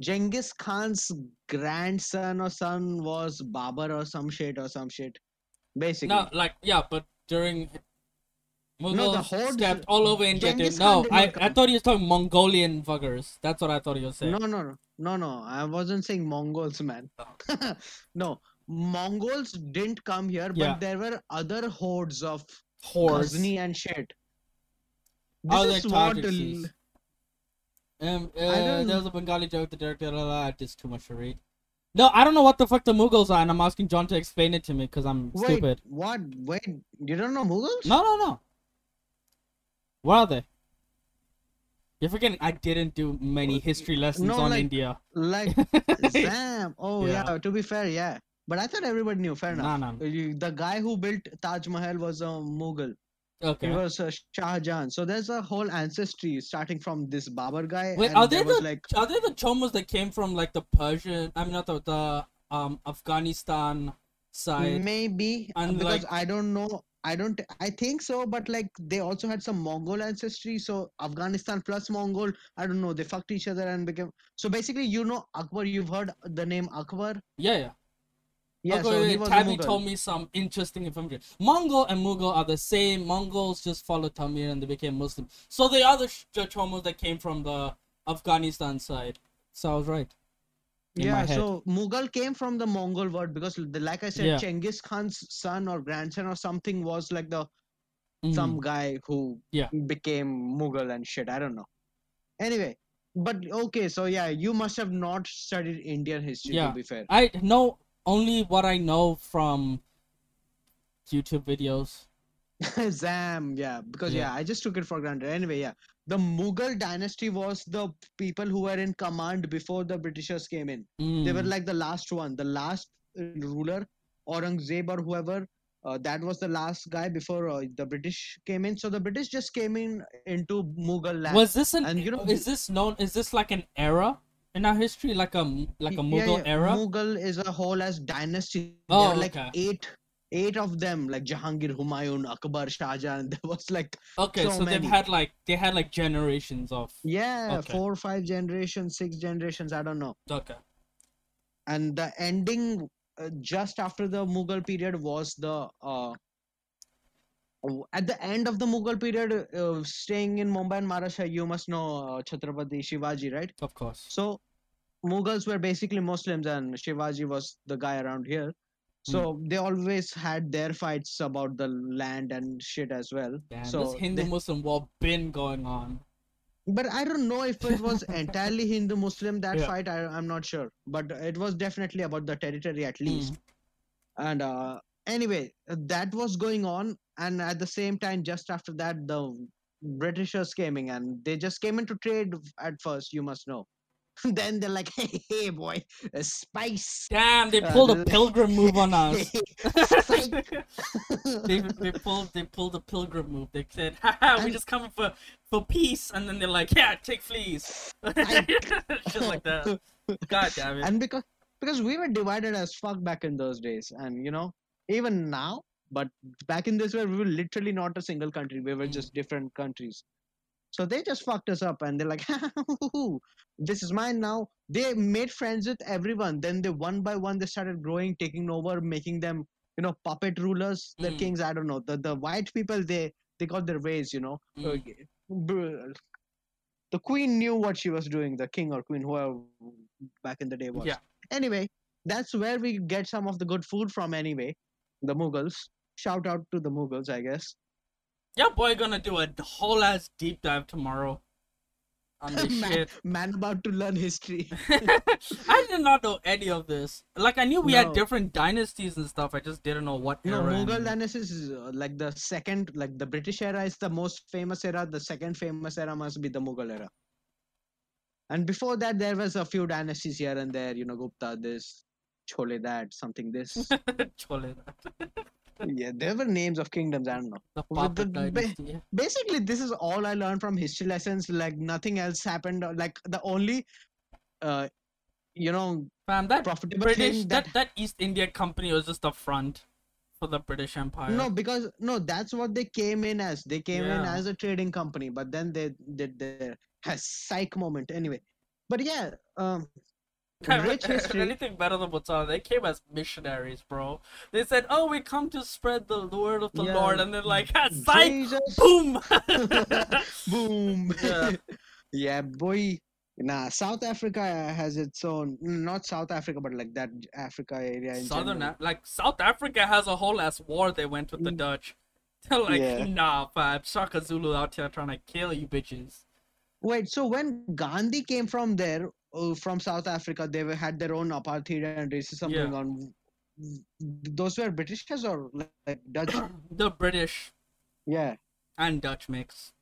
B: Genghis Khan's grandson or son was Babar or some shit or some shit. Basically,
A: No, like yeah, but during Mughals
B: No, the hordes-
A: stepped all over India.
B: Genghis
A: Dude.
B: Khan
A: No,
B: did not
A: I, I
B: come.
A: thought he was talking Mongolian fuckers. That's what I thought he was saying.
B: no, no, no, no, no. I wasn't saying Mongols, man.
A: Oh.
B: [LAUGHS] no, Mongols didn't come here, but
A: Yeah.
B: there were other hordes of
A: Hordes.
B: Ghazni and shit. This
A: Other
B: is what
A: Tajiks. Um, uh,
B: don't-
A: there was a Bengali joke. The director, la, la, la, just too much to read. No, I don't know what the fuck the Mughals are, and I'm asking John to explain it to me because I'm
B: wait,
A: stupid.
B: what? Wait, you don't know Mughals?
A: No, no, no. What are they? You're forgetting I didn't do many history lessons
B: no,
A: on
B: like-
A: India. [LAUGHS]
B: Like Sam. Oh
A: Yeah.
B: yeah. To be fair, yeah. But I thought everybody knew. Fair
A: Nah,
B: enough.
A: nah.
B: You- the guy who built Taj Mahal was a Mughal.
A: Okay.
B: He was uh, Shah Jahan. So there's a whole ancestry starting from this Babar guy.
A: Wait,
B: and
A: are
B: there
A: they
B: was
A: the-
B: like
A: Are they the Chomos that came from like the Persian? I mean, not the, the um Afghanistan
B: Mm-hmm.
A: side.
B: maybe
A: and,
B: because
A: like-
B: I don't know. I don't. I think so, but like they also had some Mongol ancestry. So Afghanistan plus Mongol. I don't know. They fucked each other and became. So basically, you know Akbar. You've heard the name Akbar.
A: Yeah, yeah.
B: Yeah.
A: Okay,
B: so
A: wait,
B: he
A: wait,
B: was a
A: Tabby
B: Mughal.
A: told me some interesting information. Mongol and Mughal are the same. Mongols just followed Tamir and they became Muslim. So they are the Sh- the Chomos that came from the Afghanistan side. So I was right. in my
B: yeah
A: head.
B: so mughal came from the mongol word because the, like i said
A: Yeah.
B: Genghis khan's son or grandson or something was like the
A: Mhm.
B: some guy who
A: Yeah.
B: became mughal and shit i don't know anyway but okay so yeah you must have not studied indian history
A: Yeah.
B: to be fair [LAUGHS]
A: I know only what I know from YouTube videos.
B: Zam, yeah, because
A: Yeah.
B: yeah. I just took it for granted. Anyway, yeah, the Mughal dynasty was the people who were in command before the Britishers came in. They were
A: Mm.
B: like the last one, the last uh, ruler, Aurangzeb or whoever. Uh, that was the last guy before uh, the British came in. So the British just came in into Mughal land.
A: Was this an?
B: and you know-
A: is this known? Is this like an era in our history, like a like a
B: Y- yeah,
A: Mughal
B: yeah.
A: era?
B: Mughal is a whole as dynasty.
A: Oh,
B: there were like
A: okay.
B: eight, eight of them, like Jahangir, Humayun, Akbar, Shah Jahan. [LAUGHS] There was like
A: okay, so,
B: so
A: they've
B: many.
A: had like they had like generations of.
B: yeah,
A: Okay.
B: four, five generations, six generations. I don't know.
A: Okay.
B: and the ending uh, just after the mughal period was the uh, w- at the end of the mughal period uh, staying in mumbai and maharashtra you must know uh, chhatrapati shivaji right
A: Of course.
B: so mughals were basically muslims and shivaji was the guy around here so they always had their fights about the land and shit as well
A: Damn,
B: so
A: this Hindu
B: they-
A: Muslim war been going on.
B: but i don't know if it was entirely hindu muslim that
A: Yeah.
B: fight I, i'm not sure but it was definitely about the territory at least
A: Mm.
B: and uh, anyway uh, that was going on and at the same time just after that the britishers came in and they just came in to trade f- at first you must know [LAUGHS] then they're like hey, hey boy uh, spice
A: Damn, they
B: Uh,
A: pulled a
B: the-
A: pilgrim move on us.
B: [LAUGHS] Psych.
A: they, they pulled they pulled a pilgrim move. They said, "Haha, we
B: And-
A: just coming for for peace," and then they're like, "Yeah, take fleas," [LAUGHS] shit like
B: [LAUGHS]
A: that. God damn it!
B: and because because we were divided as fuck back in those days and you know even now but back in this way we were literally not a single country we were
A: Mm.
B: just different countries so they just fucked us up and they're like [LAUGHS] this is mine now they made friends with everyone then they one by one they started growing taking over making them you know puppet rulers their
A: Mm.
B: kings i don't know the, the white people they they got their ways you know
A: Mm.
B: Okay. Br- the queen knew what she was doing the king or queen whoever back in the day was
A: Yeah.
B: anyway that's where we get some of the good food from anyway the mughals shout out to the mughals i guess
A: Yeah, boy, gonna do a whole ass deep dive tomorrow
B: [LAUGHS]
A: on this
B: Man-
A: shit. [LAUGHS]
B: man about to learn history
A: I did not know any of this. Like, I knew we had
B: No.
A: different dynasties and stuff. I just didn't know what
B: [LAUGHS] No,
A: era. and-
B: Mughal dynasty is uh, like the second, like the British era is the most famous era. The second famous era must be the Mughal era. And before that, there was a few dynasties here and there. You know, Gupta this, Chole that, something [LAUGHS] this.
A: [LAUGHS] Chole,
B: yeah, there were names of kingdoms. I don't know.
A: the
B: Well,
A: Papa
B: the- the-
A: dynasty. yeah.
B: Basically, this is all I learned from history lessons. Like nothing else happened. or, Like the only, uh, you know,
A: Fam, that
B: profitable
A: British,
B: thing
A: that, that East India Company was just a front for the British Empire. [LAUGHS]
B: No, because no, that's what they came in as. They came in
A: Yeah.
B: as a trading company, but then they did their has psych moment anyway. But yeah,
A: [LAUGHS]
B: um, rich history.
A: Anything better than Botswana? They came as missionaries, bro. They said, "Oh, we come to spread the, the word of the
B: Yeah.
A: Lord," and then like, [LAUGHS] ah, psych,
B: Jesus,
A: boom.
B: [LAUGHS]
A: [LAUGHS]
B: boom.
A: Yeah.
B: yeah, boy. Nah, South Africa has its own. Not South Africa, but like that Africa area. In
A: Southern,
B: general.
A: Af- like South Africa has a whole ass war they went with the
B: Mm.
A: Dutch. [LAUGHS] They're like,
B: Yeah.
A: nah, fam, Shaka Zulu out here trying to kill you bitches. [CLEARS THROAT]
B: Wait, so when Gandhi came from there, uh, from South Africa, they were, had their own apartheid and racism
A: Yeah.
B: going on. W- Those were Britishers or like, like
A: [COUGHS]
B: Dutch?
A: the British
B: yeah.
A: and Dutch mix.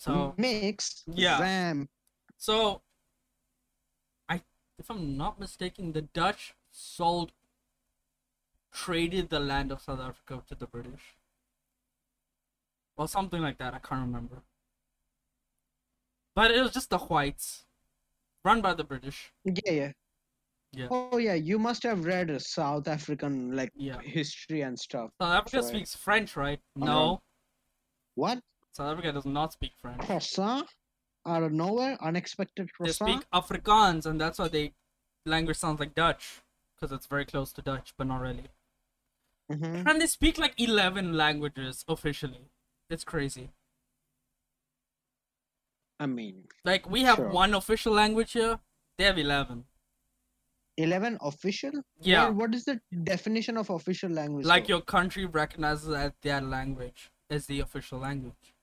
B: Mm-hmm.
A: So,
B: Mix.
A: Yeah.
B: Zam.
A: so, I, if I'm not mistaken, the Dutch sold traded the land of South Africa to the British, or something like that. I can't remember. But it was just the whites, run by the British.
B: Yeah, yeah.
A: Yeah.
B: Oh yeah, you must have read uh, South African like
A: Yeah.
B: history and stuff.
A: South Africa
B: Sorry.
A: speaks French, right?
B: I'm
A: No,
B: wrong. What?
A: South Africa does not speak French.
B: Croissant? Out of nowhere? Unexpected
A: They
B: croissant?
A: speak Afrikaans, and that's why they language sounds like Dutch, because it's very close to Dutch, but not really.
B: Mhm.
A: And they speak like eleven languages officially. It's crazy.
B: I mean,
A: Like we have
B: Sure.
A: one official language here. They have eleven.
B: 11 official?
A: Yeah.
B: Well, what is the definition of official language?
A: like
B: though?
A: your country recognizes as their language as the official language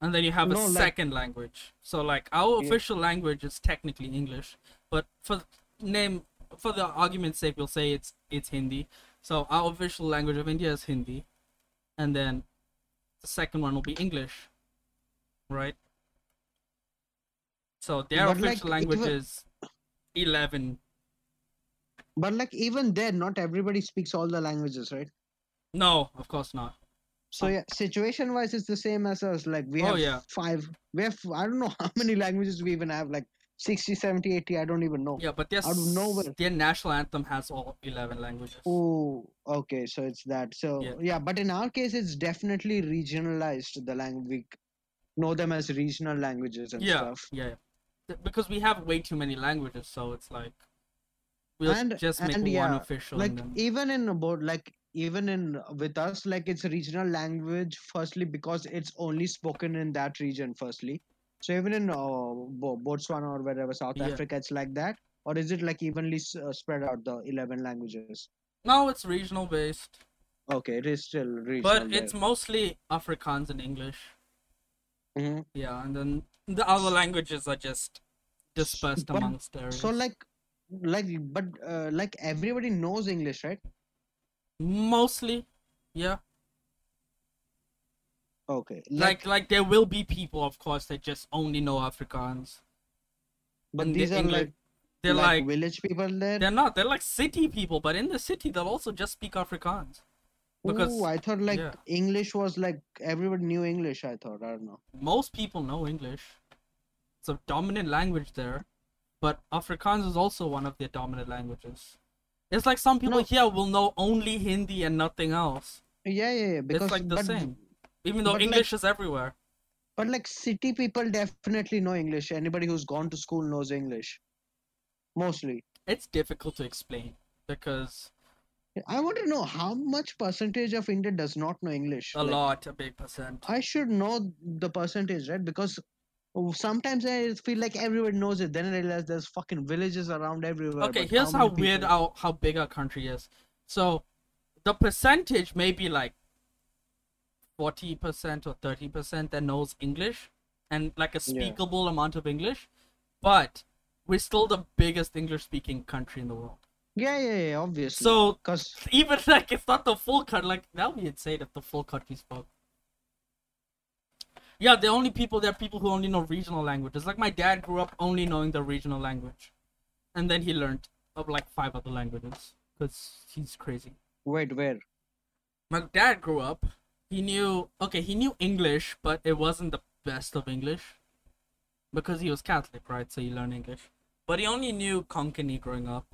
A: and then you have a
B: No, like-
A: second language so like our
B: Yeah.
A: official language is technically english but for the name for the argument's sake we'll say it's it's hindi so our official language of india is hindi and then the second one will be english right so their
B: But, like,
A: official
B: it
A: language
B: wa-
A: is 11
B: But like even there, not everybody speaks all the languages, right?
A: no of course not
B: So yeah, situation wise, it's the same as us. Like we
A: Oh,
B: have
A: yeah.
B: five. We have I don't know [LAUGHS] how many languages we even have. Like 60, 70, 80. I don't even know.
A: Yeah, but their
B: Out of
A: s-
B: nowhere.
A: their national anthem has all eleven languages.
B: Oh, okay. So it's that. So
A: Yeah.
B: yeah. but in our case, it's definitely regionalized. The language we know them as regional languages and
A: yeah,
B: stuff.
A: yeah, yeah. Th- because we have way too many languages, so it's like we'll
B: And-
A: just make
B: and
A: one
B: yeah,
A: official.
B: Like
A: and then,
B: even in about like even in with us, like it's a regional language. Firstly, because it's only spoken in that region. Firstly, so even in uh, Bo- Botswana or wherever South
A: Yeah.
B: Africa, it's like that. Or is it like evenly s- uh, spread out the eleven languages?
A: no, it's regional based,
B: Okay, it is still regional.
A: but it's mostly Afrikaans and English.
B: hmm
A: Yeah, and then the other languages are just dispersed
B: But-
A: amongst areas.
B: so like like but uh, like everybody knows English, right?
A: mostly, yeah.
B: Okay,
A: Like, like there will be people, of course, that just only know Afrikaans.
B: but
A: and the
B: these are
A: English-
B: like
A: They're like
B: village people there.
A: They're not. They're like city people, but in the city, they'll also just speak Afrikaans. Because
B: Ooh, I thought like
A: yeah.
B: English was like everybody knew English. I thought I don't know.
A: most people know English. It's a dominant language there, but Afrikaans is also one of their dominant languages. It's like some people
B: No.
A: here will know only Hindi and nothing else.
B: Yeah, yeah, yeah. Because
A: like the
B: but,
A: same. Even though
B: But, like-
A: English is everywhere.
B: But like city people definitely know English. Anybody who's gone to school knows English, mostly.
A: It's difficult to explain because
B: I want to know how much percentage of India does not know English.
A: a
B: Like,
A: lot, a big percent.
B: I should know the percentage, right? Because oh, sometimes I feel like everyone knows it. Then I realize there's fucking villages around everywhere.
A: Okay,
B: but
A: here's how,
B: many
A: weird
B: people-
A: our how big our country is. So the percentage may be like forty percent or thirty percent that knows English and like a
B: Yeah.
A: speakable amount of English, but we're still the biggest English speaking country in the world.
B: Yeah, yeah, yeah. Obviously.
A: So
B: because
A: even [LAUGHS] like it's not the full cut, like that would be insane if the full country spoke. Yeah, the only people there are people who only know regional languages. Like my dad grew up only knowing the regional language. And then he learned of like five other languages. Because he's crazy.
B: wait, where?
A: My dad grew up. He knew okay, he knew English, but it wasn't the best of English. Because he was Catholic, right? So he learned English. But he only knew Konkani growing up.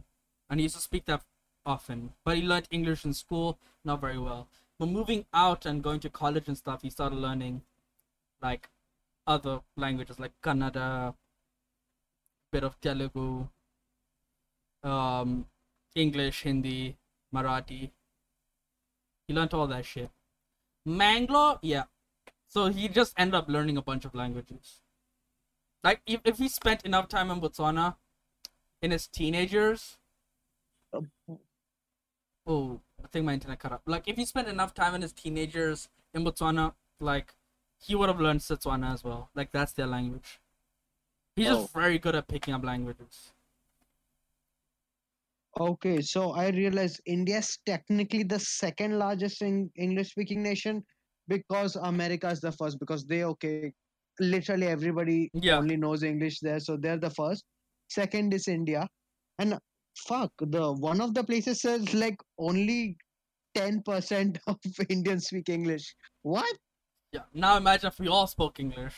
A: And he used to speak that often. But he learned English in school, not very well. But moving out and going to college and stuff, he started learning like other languages like Kannada, bit of Telugu, um, English, Hindi, Marathi. He learned all that shit. Mangalore, yeah. So he just ended up learning a bunch of languages. Like if, if he spent enough time in Botswana in his teenagers.
B: Uh,
A: Oh, I think my internet cut up. Like if he spent enough time in his teenagers in Botswana, like he would have learned Setswana as well. Like that's their language. He's just very good at picking up languages.
B: Okay, so I realize India's technically the second largest in English speaking nation because America is the first because they okay literally everybody
A: Yeah.
B: only knows English there so they're the first second is India and fuck the one of the places says like only 10% [LAUGHS] of indians speak english what
A: Yeah. Now imagine if we all spoke English.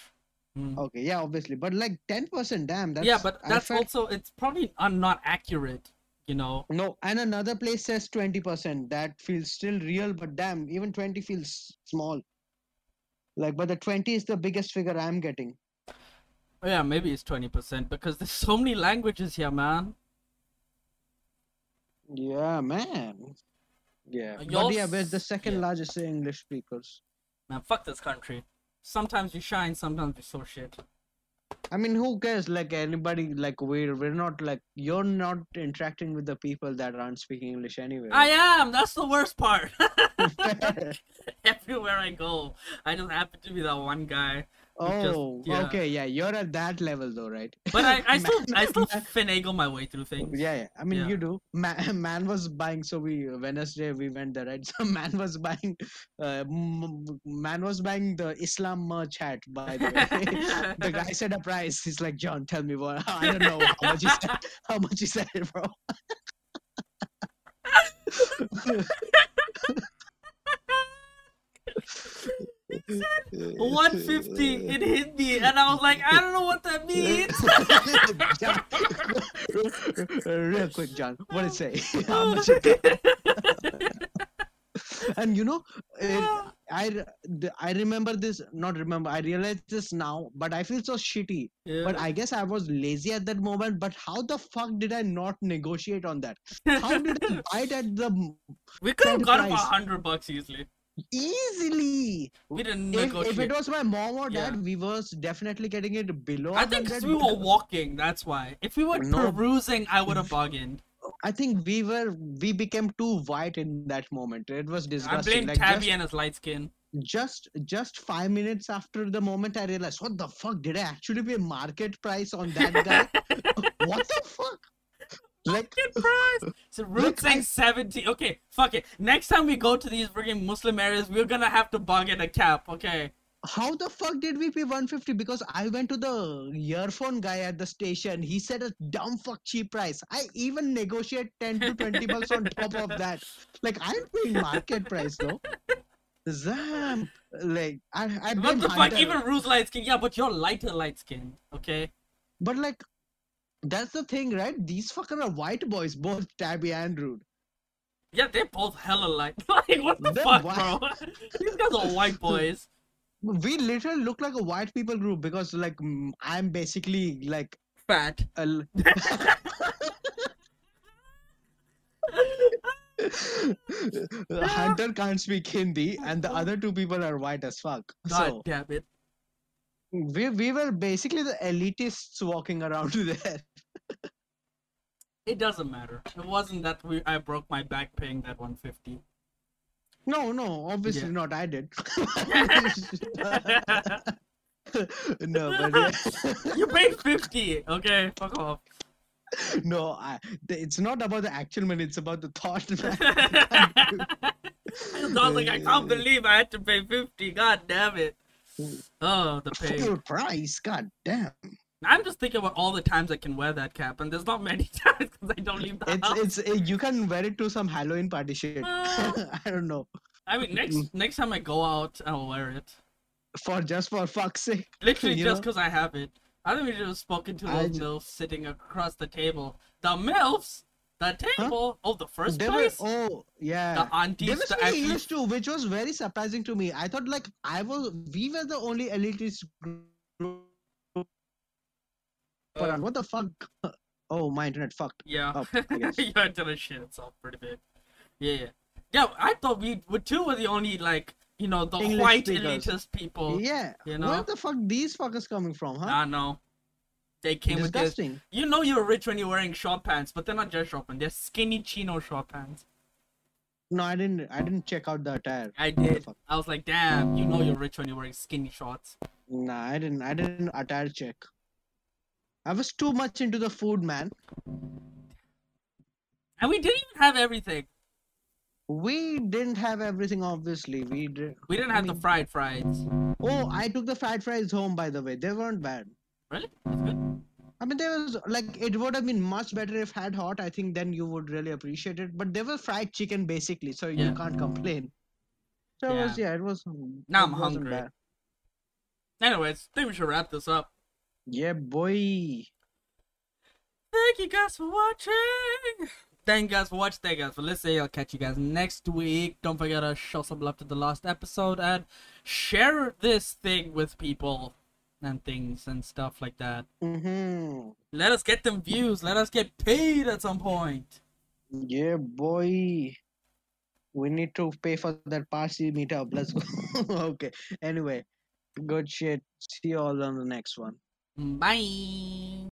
A: Mm.
B: okay yeah obviously but like 10% damn that's
A: yeah, but
B: I
A: that's
B: felt-
A: also it's probably uh, not accurate. You know.
B: no and another place says 20% that feels still real but damn even 20 feels small like but the 20 is the biggest figure i'm getting
A: Oh, Yeah, maybe it's twenty percent because there's so many languages here, man.
B: yeah man yeah
A: Uh,
B: but
A: yours-
B: yeah we're the second
A: yeah.
B: largest english speakers
A: Man, fuck this country. Sometimes you shine, sometimes you so shit.
B: I mean, who cares? Like anybody, like we're we're not like you're not interacting with the people that aren't speaking English anyway.
A: I
B: [LAUGHS]
A: am. That's the worst part. [LAUGHS]
B: right?
A: Everywhere I go, I just happen to be that one guy. just-
B: oh,
A: yeah.
B: okay, yeah, you're at that level though, right?
A: But I, I still, I
B: Man- [LAUGHS]
A: still finagle my way through things.
B: Yeah, yeah. I mean,
A: Yeah.
B: you do. Man, [LAUGHS] man was buying. So we Wednesday we went there, right? [LAUGHS] So man was buying. Uh, m- m- man was buying the Islam merch hat. By the way, [LAUGHS] the guy said a price. He's like, John, tell me what. I don't know how much he said. [LAUGHS] How much he said,
A: [LAUGHS]
B: bro.
A: One
B: [LAUGHS]
A: fifty in Hindi, and I was like, I don't know what that means.
B: John, Real quick, John. What it say? [LAUGHS] How much
A: [LAUGHS]
B: it cost? and you know, it, I re- the- I remember this. Not remember. I realize this now, but I feel so shitty. But I guess I was lazy at that moment. But how the fuck did I not negotiate on that?
A: [LAUGHS]
B: How did I buy it at the m-
A: we could have
B: Ten
A: got him a
B: price.
A: hundred bucks easily.
B: easily?
A: We didn't
B: If, if
A: negotiate.
B: it was my mom or
A: Yeah.
B: dad, we was definitely getting it below.
A: I think 'cause
B: 100
A: we were
B: because-
A: walking, that's why. If we were
B: No.
A: perusing, I would have bargained.
B: I think we were we became too white in that moment. It was
A: I
B: disgusting.
A: blame
B: Like
A: Tabby
B: just,
A: and his light skin.
B: just just five minutes after the moment, I realized, what the fuck did I actually pay market price on that guy? [LAUGHS] what the fuck? Like
A: Good price.
B: [LAUGHS]
A: So Root
B: Look,
A: saying
B: I-
A: 70. Okay, fuck it. Next time we go to these freaking Muslim areas, we're gonna have to bargain a cap, okay?
B: how the fuck did we pay 150? Because I went to the earphone guy at the station. He said a dumb fuck cheap price. I even negotiate 10 to 20 bucks on top of that. Like I'm paying market price though. Zam, like I, I
A: What
B: blame
A: the
B: Hunter.
A: fuck? Even Root's light skin. Yeah, but you're lighter light skin, okay?
B: But like, that's the thing, right? These fucker are white boys, both Tabby and Rude.
A: Yeah, they're both hella light. [LAUGHS] like, what the
B: They're
A: fuck, bro?
B: white.
A: [LAUGHS] these guys are
B: [LAUGHS]
A: white boys.
B: We literally look like a white people group because, like, mm, I'm basically like
A: Fat.
B: a. l- [LAUGHS] Hunter can't speak Hindi, and the other two people are white as fuck.
A: God
B: So
A: damn it.
B: we we were basically the elitists walking around [LAUGHS] there.
A: It doesn't matter. It wasn't that we I broke my back paying that
B: [LAUGHS]
A: 150.
B: No, no, obviously
A: Yeah.
B: not. I did. [LAUGHS] no, but yeah.
A: [LAUGHS] you paid 50. Okay, fuck off. [LAUGHS]
B: no, I, th- it's not about the actual money. It's about the thought. man.
A: I was like, I can't believe I had to pay 50. God damn it. Oh, the pain.
B: Full price, god damn.
A: I'm just thinking about all the times I can wear that cap, and there's not many [LAUGHS] times because I don't leave the house.
B: It's it's uh, you can wear it to some Halloween party shit.
A: Ah.
B: [LAUGHS] I don't know.
A: I mean, next next time I go out, I'll wear it.
B: For just for fuck's sake.
A: Literally
B: [LAUGHS] You
A: just
B: know?
A: because I have it. I think we should have spoken to
B: I
A: those
B: ju-
A: MILFs sitting across the table. The MILFs? The table? Oh, the first
B: They were
A: place?
B: oh yeah.
A: The aunties?
B: They were
A: the
B: still
A: actually-
B: used to, which was very surprising to me. I thought like I was we were the only elitist group
A: Uh,
B: around. What the fuck? [LAUGHS] Oh my internet fucked.
A: [LAUGHS] [LAUGHS] Yeah.
B: up, I guess.
A: you had to shit itself pretty big. Yeah, yeah. Yeah, I thought we were two were the only like you know the
B: English
A: white
B: speakers.
A: elitist people.
B: yeah.
A: you know?
B: Where the fuck these fuckers coming from, huh?
A: I know. They came with this.
B: Disgusting.
A: You know you're rich when you're wearing short pants, but they're not just short pants. They're skinny chino short pants.
B: No, I didn't. I didn't check out the attire.
A: I did.
B: Fuck.
A: I was like, damn. You know you're rich when you're wearing skinny shorts.
B: Nah, I didn't. I didn't attire check. I was too much into the food, man.
A: And we didn't even have everything.
B: We didn't have everything, obviously. We did.
A: We didn't
B: I
A: have the
B: mean-
A: fried fries.
B: Oh, I took the fried fries home, by the way. They weren't bad.
A: Really? That's good.
B: I mean, there was like it would have been much better if had hot. I think then you would really appreciate it. But there was fried chicken basically, so you
A: Yeah.
B: can't complain. So it was yeah, it was.
A: Mm. Now
B: it
A: I'm
B: wasn't
A: hungry.
B: bad.
A: Anyways, I think we should wrap this up.
B: Yeah, boy.
A: Thank you guys for watching. Thank you guys for watching. Thank you guys for listening. I'll catch you guys next week. Don't forget to show some love to the last episode and share this thing with people and things and stuff like that.
B: Mm-hmm.
A: Let us get them views. Let us get paid at some point.
B: Yeah, boy. We need to pay for that Parsi meetup. Let's go. [LAUGHS] okay. Anyway, good shit. See you all on the next one.
A: Bye.